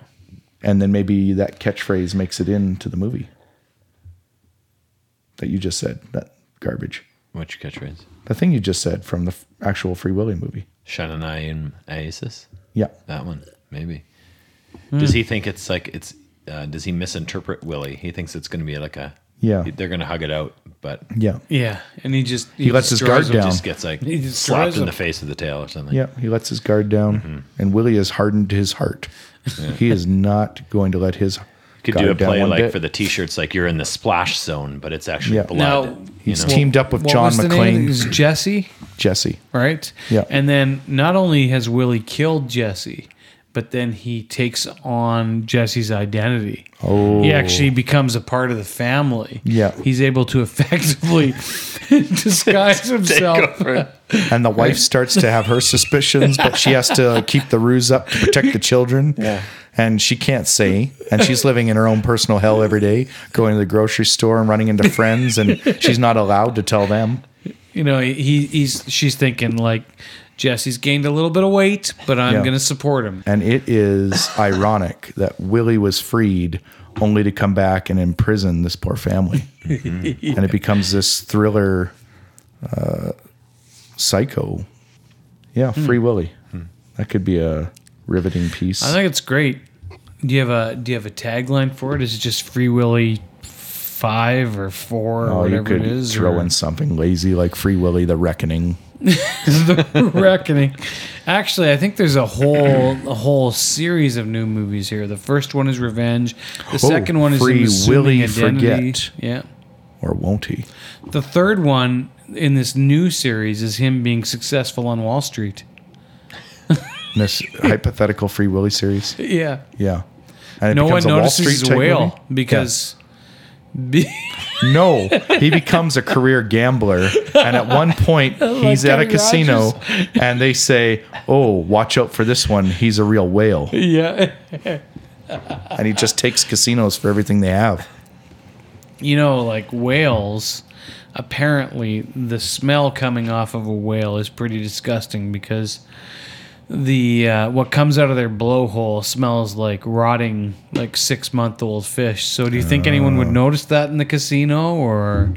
and then maybe that catchphrase makes it into the movie that you just said that garbage What's your catchphrase? the thing you just said from the f- actual free willy movie Shananai and Aesis? yeah That one, maybe. Does Hmm. he think it's like it's? Uh, does he misinterpret Willie? He thinks it's going to be like a Yeah. They're going to hug it out, but yeah Yeah. And he just he, lets his destroys guard them. down. just gets like He just slapped throws in him. the face of the tail or something. yeah he lets his guard down Mm-hmm. and willie has hardened his heart he is not going to let his could guard do a down play one like bit. for the T-shirts, like you're in the splash zone, but it's actually Yeah. blood. Now- you he's know? teamed up with What john was the name? It mcclane was Jesse. jesse right? Yeah. And then not only has Willie killed Jesse, but then he takes on Jesse's identity. Oh. He actually becomes a part of the family. Yeah. He's able to effectively disguise himself. and the wife starts to have her suspicions but she has to keep the ruse up to protect the children yeah and she can't say and she's living in her own personal hell every day going to the grocery store and running into friends and she's not allowed to tell them You know, he he's she's thinking like Jesse's gained a little bit of weight, but I'm Yeah. going to support him. and it is ironic that willie was freed only to come back and imprison this poor family Mm-hmm. and it becomes this thriller uh, psycho yeah Hmm. free willie that could be a riveting piece I think it's great. Do you have a do you have a tagline for it? Is it just Free Willy 5 or 4 or Oh, you whatever could it is? throw or- in something lazy like Free Willy the Reckoning. the reckoning actually i think there's a whole a whole series of new movies here the first one is revenge the second one is Oh, Free Free Willy Willy identity. Forget. yeah Or won't he? the third one in this new series is him being successful on wall street In this hypothetical Free Willy series. yeah Yeah. And it no one becomes a Wall notices he's a type whale movie? because be- Yeah. No, he becomes a career gambler. And at one point, he's at a Kenny casino and they say, Oh, watch out for this one. He's a real whale. yeah And he just takes casinos for everything they have. you know, like whales, apparently the smell coming off of a whale is pretty disgusting because the uh, what comes out of their blowhole smells like rotting, like six month old fish. So, do you think anyone Oh. would notice that in the casino, or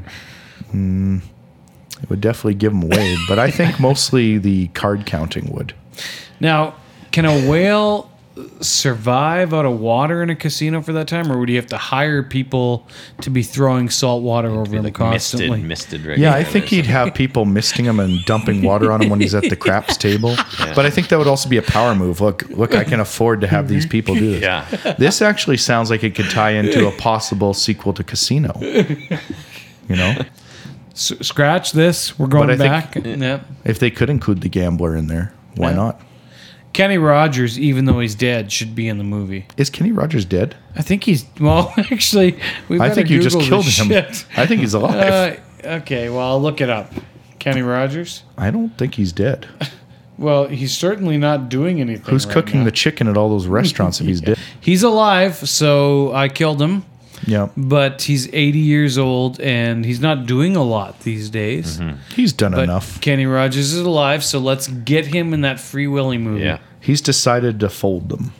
It would definitely give him away. But I think mostly the card counting would. now can a whale survive out of water in a casino for that time, or would you have to hire people to be throwing salt water over him like constantly? misted, misted right Yeah, I there think or he'd have people misting him and dumping water on him when he's at the craps table. But I think that would also be a power move. Look, look, I can afford to have these people do this. Yeah. This actually sounds like it could tie into a possible sequel to Casino. You know, S- scratch this. We're going But I back. think- Yep. if they could include the gambler in there, why Yeah. not? Kenny Rogers, even though he's dead, should be in the movie. Is Kenny Rogers dead? I think he's well. Actually, we. I better think you just Google killed this him. shit. I think he's alive. Uh, okay, well, I'll look it up. Kenny Rogers. I don't think he's dead. Well, he's certainly not doing anything. Who's right cooking now. the chicken at all those restaurants if he's dead? He's alive, so I killed him. Yeah. But he's 80 years old and he's not doing a lot these days. He's done But Mm-hmm. enough. Kenny Rogers is alive, so let's get him in that Free Willy movie. Yeah. He's decided to fold them.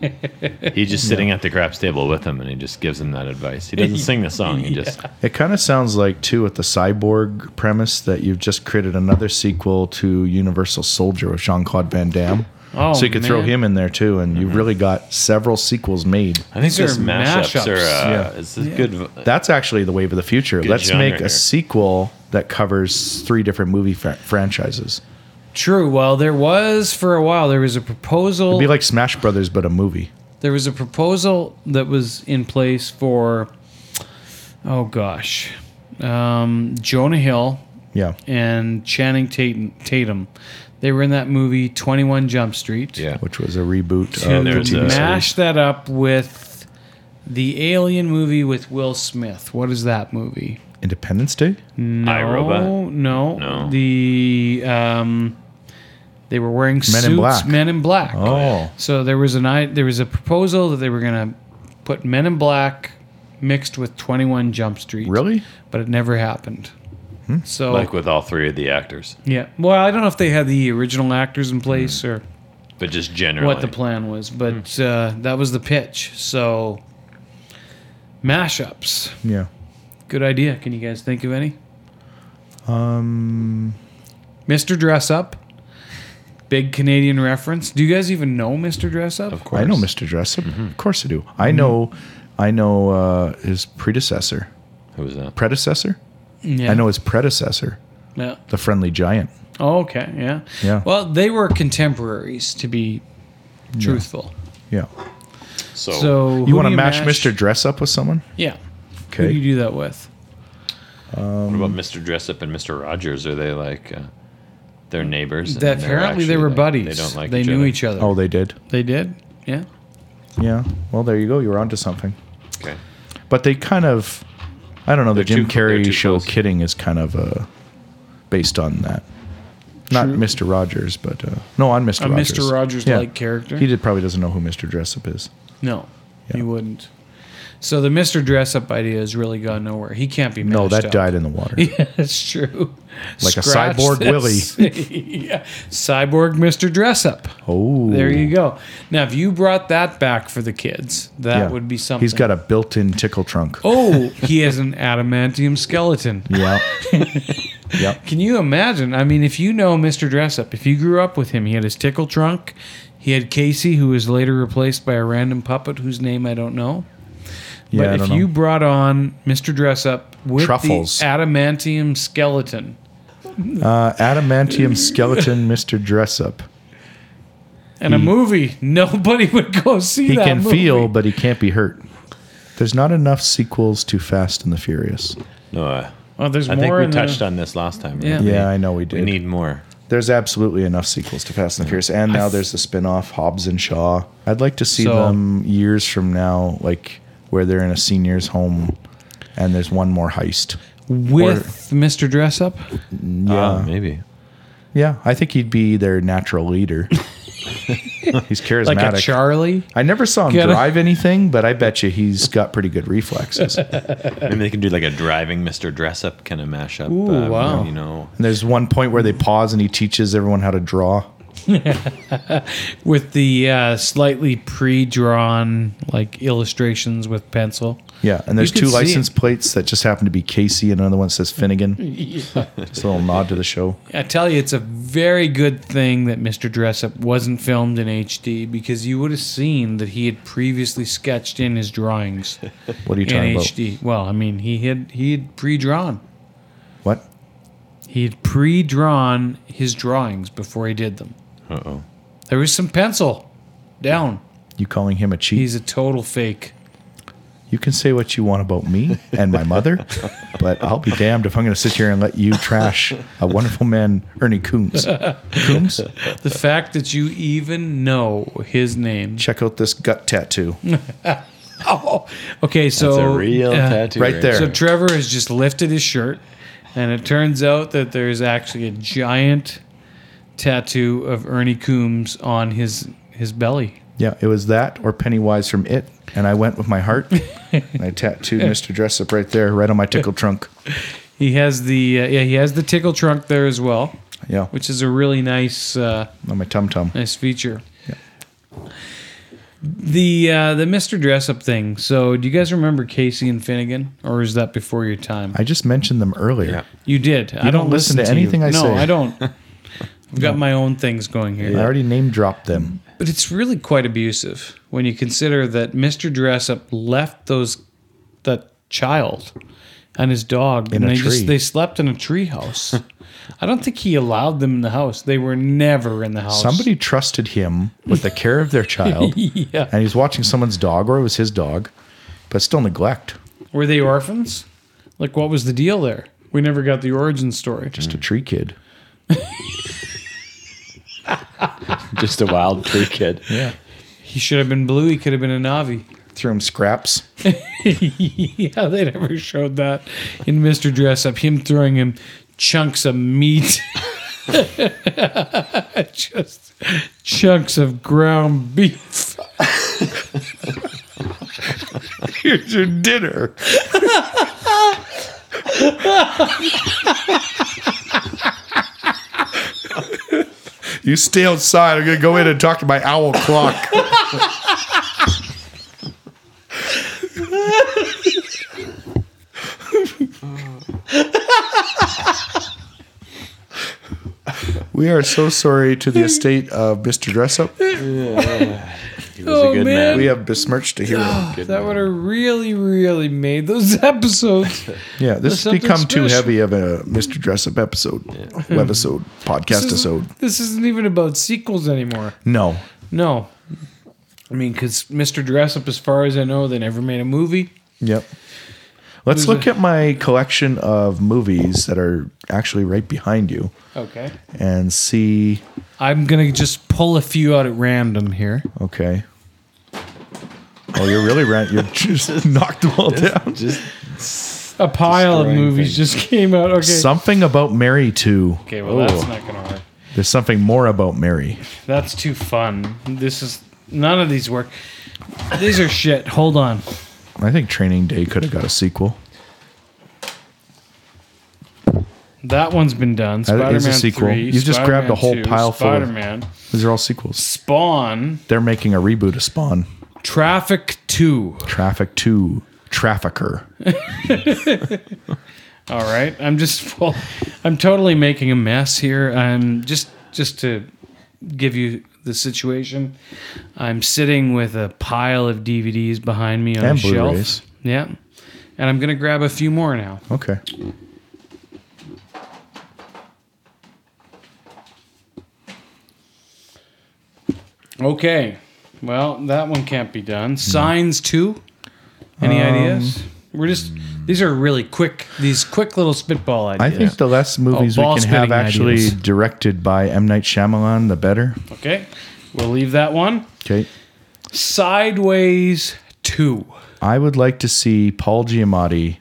He's just sitting at the craps table with him and he just gives him that advice. He doesn't sing the song. He just, It kind of sounds like too with the cyborg premise that you've just created another sequel to Universal Soldier with Jean Claude Van Damme. Oh, so you could throw man. Mm-hmm. him in there too, and you've really got several sequels made. I think These are these mashups, are, uh, mashups. Yeah. it's a good. That's actually the wave of the future. Good Let's genre make here. a sequel that covers three different movie fra- franchises. True. Well, there was for a while there was a proposal. It'd be like Smash Brothers, but a movie. there was a proposal that was in place for oh gosh um, jonah hill Yeah. and channing tatum, tatum they were in that movie 21 jump street Yeah. Which was a reboot and of Oh, the there's TV a- series. mash that up with the alien movie with will smith what is that movie Independence Day? no iRobot? no No. the um, they were wearing Men in suits Black. men in black Oh. so there was an I there was a proposal that they were gonna put Men in Black mixed with Twenty One Jump Street. Really? Hmm. But it never happened. So Like with all three of the actors, yeah, well, I don't know if they had the original actors in place Hmm. or but just generally. what the plan was, but uh, that was the pitch. So mashups, Yeah. good idea. Can you guys think of any? Um, Um. Mr. Dress Up, big Canadian reference. Do you guys even know Mr. Dress Up? Of course. Mm-hmm. I know Mr. Dressup. Of course I do. I know I know uh, his predecessor. Who was that? Predecessor? Yeah. I know his predecessor, Yeah. the friendly giant. Oh, okay, yeah. Yeah. Well, they were contemporaries, to be truthful. Yeah. So, So who you want do to mash Mr. Dress up with someone? Yeah. Who do Okay. you do that with? what about Mr. Dressup and Mr. Rogers? Are they like uh, their neighbors? and That they're apparently they actually, were like, buddies. They don't like They each knew other. each other. Oh, they did. They did. Yeah. Yeah. Well, there you go. You were onto something. Okay. But they kind of, I don't know. the They're Jim too cl- they're Carrey too show close. "Kidding" is kind of uh, based on that. Not True. Mr. Rogers, but uh, no, on Mr. A Rogers. Mr. Rogers-like character? He did, probably doesn't know who Mr. Dressup is. No, you wouldn't. So the Mister Dress Up idea has really gone nowhere. He can't be. No, mashed that up. died in the water. Yeah, that's true. Like a cyborg Willie. yeah. Cyborg Mister Dress Up. Oh, There you go. Now, if you brought that back for the kids, that Yeah. would be something. He's got a built-in tickle trunk. Oh, he has an adamantium skeleton. Yeah. yep. Can you imagine? I mean, if you know Mr. Dressup, if you grew up with him, he had his tickle trunk. He had Casey, who was later replaced by a random puppet whose name I don't know. Yeah. but I if don't you know. brought on Mr. Dressup with Truffles. the adamantium skeleton, Uh, adamantium skeleton Mr. Dressup. and a movie, nobody would go see Hmm. He that can movie. feel, but he can't be hurt. There's not enough sequels to Fast and the Furious. No, uh, Oh, there's I more. think we in touched the, on this last time. Yeah. right? Yeah, I know we We did. need more. there's absolutely enough sequels to Fast and the Furious, and now there's the spin-off Hobbs and Shaw. I'd like to see So- them years from now, like where they're in a senior's home, and there's one more heist. with Mr. Dressup. Yeah. Ah, maybe. Yeah, I think he'd be their natural leader. he's charismatic. Like a Charlie. I never saw him Get a- drive anything, but I bet you he's got pretty good reflexes. and Maybe they can do like a driving Mr. Dress Up kind of mashup. uh, Ooh, wow. You know, there's one point where they pause and he teaches everyone how to draw. with the uh, slightly pre-drawn like illustrations with pencil. Yeah, and there's could two see license it. plates that just happen to be Casey, and another one says Finnegan. Just a little nod to the show. I tell you, it's a very good thing that Mr. Dressup wasn't filmed in HD because you would have seen that he had previously sketched in his drawings What are you in talking about? HD. Well, I mean, he had he had pre-drawn. What? He had pre-drawn his drawings before he did them. Uh oh. There was some pencil down. You calling him a cheat? He's a total fake. you can say what you want about me and my mother, but I'll be damned if I'm going to sit here and let you trash a wonderful man, Ernie Coombs. Coombs, The fact that you even know his name. check out this gut tattoo. Oh, okay. So It's a real uh, tattoo. right there. So Trevor has just lifted his shirt, and it turns out that there's actually a giant tattoo of Ernie Coombs on his his belly. Yeah, it was that or Pennywise from It, and I went with my heart and I tattooed Mr. Dressup right there, right on my tickle trunk. He has the uh, yeah he has the tickle trunk there as well, Yeah, which is a really nice uh, on my tum tum. nice feature. The uh, the Mr. Dress Up thing. So, do you guys remember Casey and Finnegan, or is that before your time? I just mentioned them earlier. Yeah. You did. I don't, don't listen to you. anything I no, say. No, I don't. I've got my own things going here. I already name dropped them. But it's really quite abusive when you consider that Mr. Dressup left those that child and his dog In and a they tree. just they slept in a tree house. I don't think he allowed them in the house. They were never in the house. Somebody trusted him with the care of their child, Yeah. and he's watching someone's dog, or it was his dog, but still neglect. Were they orphans? Like what was the deal there? We never got the origin story. Just a tree kid. Just a wild tree kid. yeah. He should have been blue, he could have been a Navi. Threw him scraps. yeah, they never showed that in Mr. Dress Up. Him throwing him chunks of meat, just chunks of ground beef. Here's your dinner. you stay outside. I'm going to go in and talk to my owl clock. we are so sorry to the estate of Mr. Dressup. He was Oh, a good man. man. We have besmirched a hero. Good That man. would have really, really made those episodes. Yeah, this has There's become something too special. Hmm. heavy of a Mr. Dress Up episode, webisode, podcast This episode. isn't- This isn't even about sequels anymore. No, No. I mean, because Mr. Dress Up, as far as I know, they never made a movie. yep. Let's look at my collection of movies that are actually right behind you Okay. and see. I'm going to just pull a few out at random here. Okay. Oh, you're really rent. You just knocked them all down. Just A pile of Destroying movies things. just came out. Okay. Something about Mary too. Okay, well, that's not gonna work. There's something more about Mary. That's too fun. This is none of these work. These are shit. Hold on. I think Training Day could have got a sequel. That one's been done. That Spider-Man is a sequel. 3, You just grabbed a whole 2, pile full of- Spider-Man, These are all sequels. Spawn, They're making a reboot of Spawn. Traffic Two. Traffic Two. Trafficker. All right, I'm just full. I'm totally making a mess here. I'm just just to give you the situation. I'm sitting with a pile of DVDs behind me on And a shelf. Blu-rays. Yeah, and I'm gonna grab a few more now. Okay. Okay. Well, that one can't be Hmm. done. Signs too. Any Um, ideas? We're just these are really quick. These quick little spitball I ideas. think the less movies Oh, ball we can have spinning actually ideas. directed by M. Night Shyamalan, the better. Okay. We'll leave that one. Okay. Sideways two. I would like to see Paul Giamatti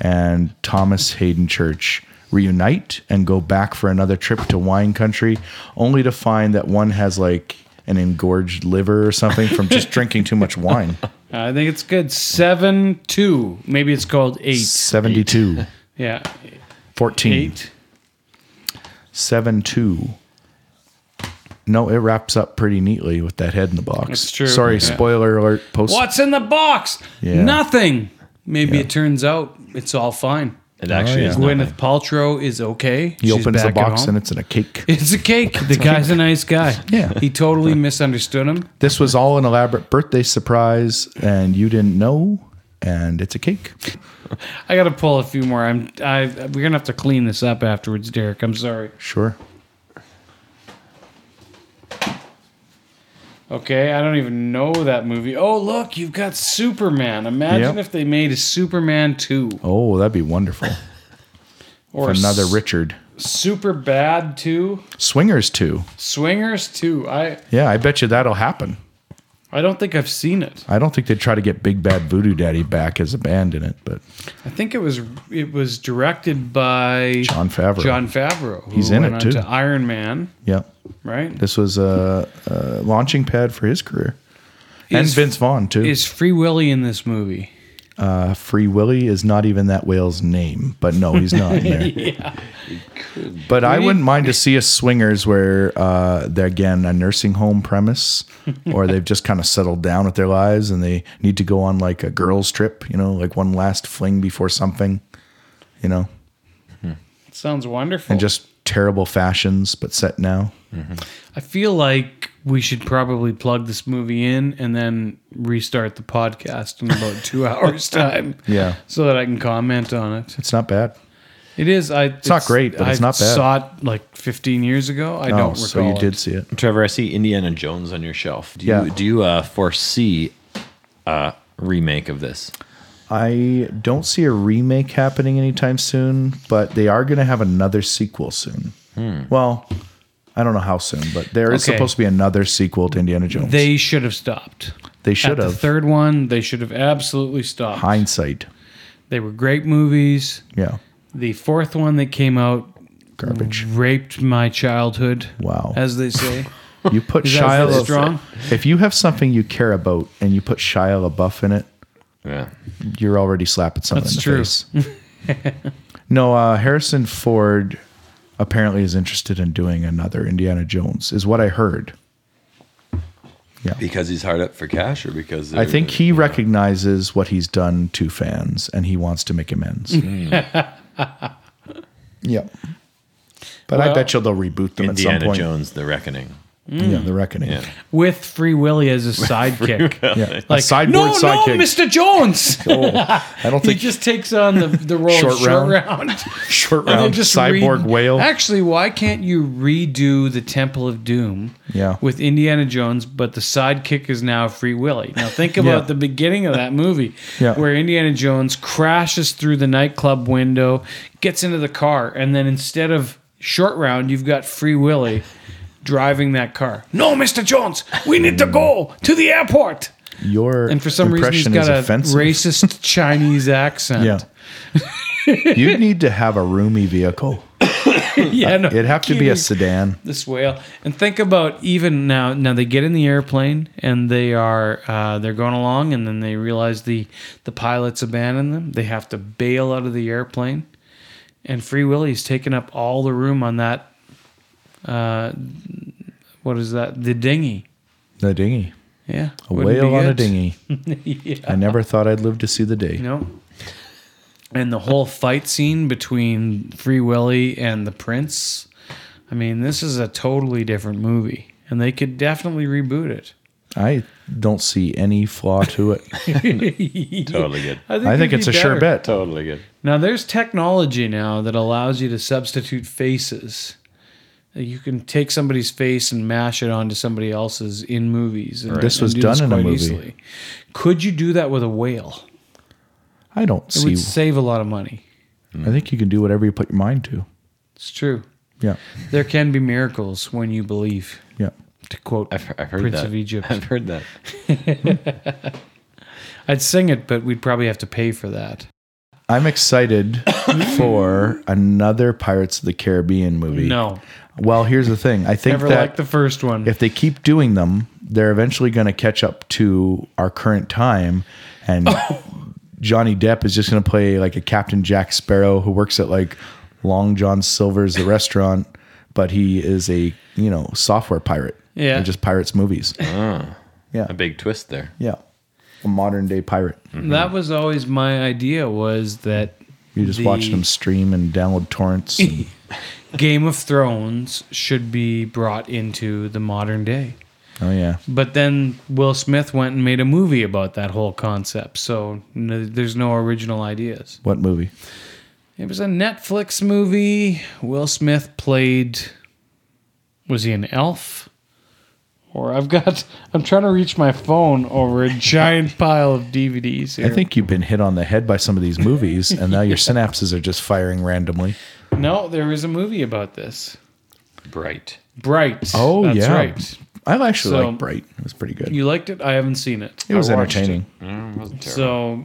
and Thomas Hayden Church reunite and go back for another trip to wine country, only to find that one has like an engorged liver or something from just drinking too much wine. I think it's good. Seven two. Maybe it's called eight. 72, Yeah. 14, Eight. 7 2, No, it wraps up pretty neatly with that head in the box. That's true. Sorry, Yeah. spoiler alert. Post. What's in the box? Yeah. Nothing. Maybe Yeah. it turns out it's all fine. It actually Oh, yeah. is nothing. Gwyneth Paltrow is okay. He opens the box and it's it's in a cake. it's a cake. The guy's a nice guy. Yeah. He totally misunderstood him. This was all an elaborate birthday surprise, and you didn't know. And it's a cake. I got to pull a few more. I'm. I. We're gonna have to clean this up afterwards, Derek. I'm sorry. Sure. Okay, I don't even know that movie. Oh, look, you've got Superman. Imagine Yep. if they made a Superman 2 Oh, that'd be wonderful. or Another S- Richard. Super Bad 2, Swingers too. Swingers 2. I Yeah, I bet you that'll happen. I don't think I've seen it. I don't think they try to get Big Bad Voodoo Daddy back as a band in it, but I think it was it was directed by John Favreau. John Favreau. Who He's in went it, on too. To Iron Man, yeah, right? this was a, a launching pad for his career. And Is- Vince Vaughn too. Is Free Willy in this movie? uh, Free Willy is not even that whale's name, but no, he's not in there. But I wouldn't mind to see a swingers where uh, they're again a nursing home premise, or they've just kind of settled down with their lives and they need to go on like a girls trip, you know, like one last fling before something, you know, sounds wonderful. and just terrible fashions, but set now. I feel like we should probably plug this movie in and then restart the podcast in about two hours time. Yeah. So that I can comment on it. It's not bad. It is. I. It's, not great, but it's I not bad. Saw it like 15 years ago. I don't Oh, recall. so you it. did see it. Trevor, I see Indiana Jones on your shelf. Do you, Yeah. do you uh, foresee a remake of this? I don't see a remake happening anytime soon, but they are going to have another sequel soon. Well, I don't know how soon, but there is Hmm. Okay. supposed to be another sequel to Indiana Jones. They should have stopped. They should At the have. third one, they should have absolutely stopped. Hindsight. They were great movies. Yeah. The fourth one that came out Garbage. raped my childhood. Wow. As they say. You put Is that Shia really LaBeouf. strong? If you have something you care about and you put Shia LaBeouf in it, Yeah. you're already slapping something That's in the true. face. no, uh, Harrison Ford apparently is interested in doing another Indiana Jones, is what I heard. Because he's hard up for cash or because I think he recognizes what he's done to fans and he wants to make amends. Hmm. yeah. But I Well- bet you they'll reboot them at some Indiana point. Jones, The Reckoning. Yeah, the reckoning. Yeah. With Free Willy as a sidekick. Yeah. Like, a sideboard no, sidekick. no, Mr. Jones. I don't he think just takes on the, the role Short of short round. round. short And they round just cyborg read- whale. Actually, why can't you redo the Temple of Doom Yeah. with Indiana Jones, but the sidekick is now Free Willy? Now, think about the beginning of that movie Yeah. where Indiana Jones crashes through the nightclub window, gets into the car, and then instead of short round, you've got Free Willy driving that car. No, Mr. Jones, we need Hmm. to go to the airport. Your And for some reason, he's impression got is a offensive. racist Chinese accent. Yeah. you need to have a roomy vehicle. yeah no, It'd have to be a kidding. sedan. this whale and think about even now now they get in the airplane and they are uh, they're going along and then they realize the the pilots abandon them they have to bail out of the airplane and free willy's taking up all the room on that uh, what is that the dinghy The dinghy. yeah A whale on a dinghy. I never thought I'd live to see the day. you know and the whole fight scene between free willy and the prince i mean this is a totally different movie and they could definitely reboot it I don't see any flaw to it. Totally good. I think it'd it's be a sure better. bet. Totally good. Now there's technology now that allows you to substitute faces. You can take somebody's face and mash it onto somebody else's in movies. and- This and was do done in a quite movie. Could you do that with a whale? I don't It see. would save a lot of money. I think you can do whatever you put your mind to. It's true. Yeah, There can be miracles when you believe. yeah. To quote I've, I've heard Prince that. of Egypt, I've heard that. I'd sing it, but we'd probably have to pay for that. I'm excited for another Pirates of the Caribbean movie. No, Well, here's the thing. I think never that liked the first one. if they keep doing them, they're eventually going to catch up to our current time, and Oh. Johnny Depp is just going to play like a Captain Jack Sparrow who works at like Long John Silver's the restaurant, but he is a you know software pirate. Yeah. he just pirates movies. Yeah, A big twist there. yeah, a modern day pirate. Mm-hmm. That was always my idea was that You just the watch them stream and download torrents. and- Game of Thrones should be brought into the modern day. oh yeah, But then Will Smith went and made a movie about that whole concept. So no, there's no original ideas. what movie? It was a Netflix movie. Will Smith played. Was he an elf? Or I've got. I'm trying to reach my phone over a giant pile of DVDs here. I think you've been hit on the head by some of these movies, and now your synapses are just firing randomly. No, there was a movie about this. Bright. Bright. Oh That's yeah, right. I actually So- like Bright. It was pretty good. You liked it? I haven't seen it. it was I watched entertaining. Mm, wasn't it. So terrible.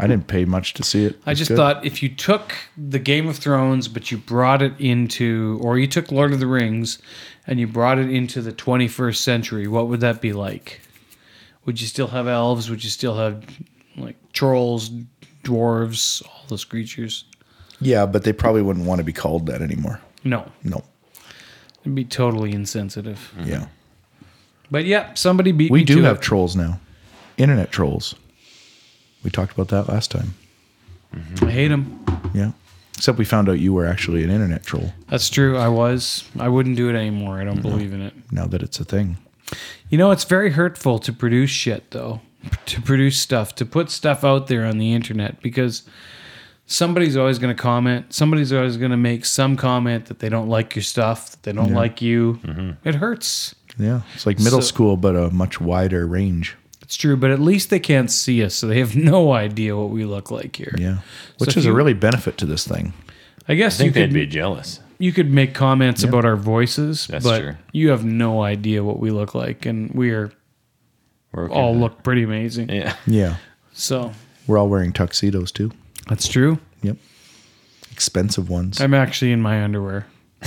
I didn't pay much to see it. I It's just good. thought if you took the Game of Thrones, but you brought it into, or you took Lord of the Rings, and you brought it into the 21st century, what would that be like? Would you still have elves? Would you still have like trolls, dwarves, all those creatures? Yeah, but they probably wouldn't want to be called that anymore. No, No. it'd be totally insensitive. Yeah. But yeah, somebody beat We me do to have it. trolls now. Internet trolls. We talked about that last time. I hate them. Yeah. Except we found out you were actually an internet troll That's true. I was. I wouldn't do it anymore. I don't believe in it. now that it's a thing. You know, it's very hurtful to produce shit, though. To produce stuff, to put stuff out there on the internet, because somebody's always going to comment. Somebody's always going to make some comment that they don't like your stuff, that they don't like you. Mm-hmm. It hurts. Yeah. It's like middle So- school, but a much wider range. It's true, but at least they can't see us, so they have no idea what we look like here. Yeah. Which if is a you- really benefit to this thing. I guess I think you they'd could be jealous. you could make comments about our voices, That's but true. you have no idea what we look like, and we are We're okay all with look pretty amazing. that. Yeah. Yeah. So We're all wearing tuxedos too. that's true. Yep. Expensive ones. I'm actually in my underwear.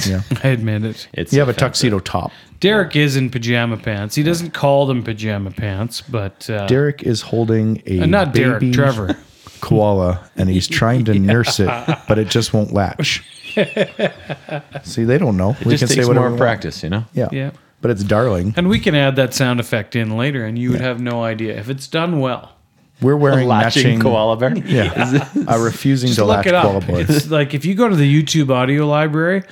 yeah. I admit it. It's You have a offensive. tuxedo top. Derek is in pajama pants. He doesn't call them pajama pants, but uh, Derek is holding a uh, not Derek, baby Trevor. koala and he's trying to nurse it, but it just won't latch. See, they don't know. It just takes we more want. practice, you know? Yeah. Yeah. But it's darling. And we can add that sound effect in later, and you would have no idea if it's done well. We're wearing matching Latching koala bear. Yeah. I refusing Just to look latch it koala up. boy. It's like if you go to the YouTube audio library,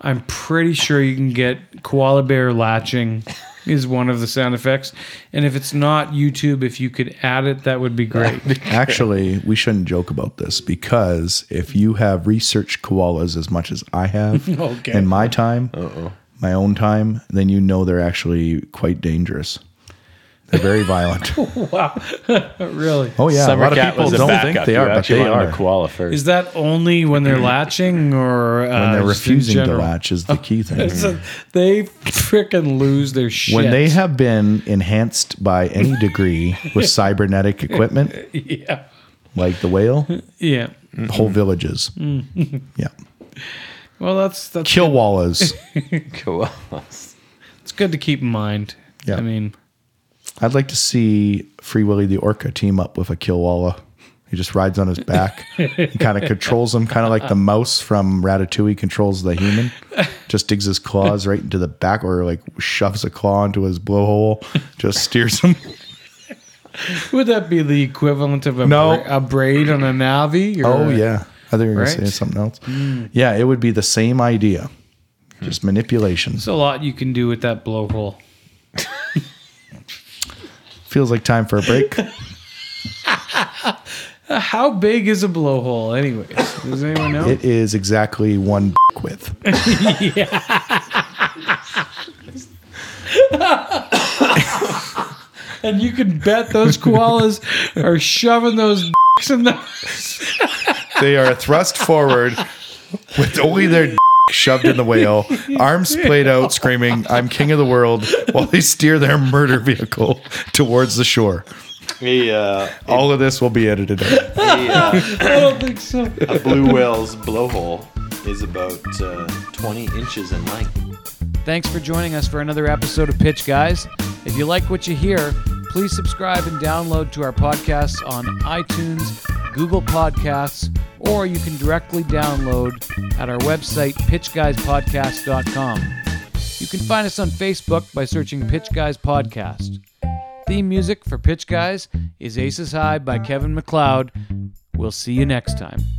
I'm pretty sure you can get koala bear latching is one of the sound effects. And if it's not YouTube, if you could add it, that would be great. Actually, we shouldn't joke about this because if you have researched koalas as much as I have Okay. in my time, my own time, then you know they're actually quite dangerous. They're very violent. really. Oh yeah, Summer a lot of cat people was a don't backup. think they You are, but actually they wanted are. a koala first. Is that only when they're latching or uh, and they're just in refusing to general? latch is the key thing. So they freaking lose their shit. when they have been enhanced by any degree with cybernetic equipment, yeah, like the whale, yeah. whole villages. Mm. yeah. Well, that's that's Kill wallas. koalas. it's good to keep in mind. Yeah. I mean, I'd like to see Free Willy the Orca team up with a Killwalla. He just rides on his back. he kind of controls him, kind of like the mouse from Ratatouille controls the human. Just digs his claws right into the back or like shoves a claw into his blowhole, just steers him. would that be the equivalent of a No. bra- a braid on a navi? Or Oh, yeah. I think you were going to Right. say something else. Yeah, it would be the same idea, just manipulation. there's a lot you can do with that blowhole. Feels like time for a break. How big is a blowhole, anyways? Does anyone know? It is exactly one width. and you can bet those koalas are shoving those dicks in the. They are thrust forward with only their d- shoved in the whale, arms played out, screaming, I'm king of the world, while they steer their murder vehicle towards the shore. Yeah. All of this will be edited out. I don't think so. a blue whale's blowhole is about uh, 20 inches in length. Thanks for joining us for another episode of Pitch Guys. If you like what you hear, please subscribe and download to our podcasts on iTunes, Google Podcasts, or you can directly download at our website, pitchguyspodcast.com. You can find us on Facebook by searching Pitch Guys Podcast. Theme music for Pitch Guys is Aces High by Kevin McLeod. We'll see you next time.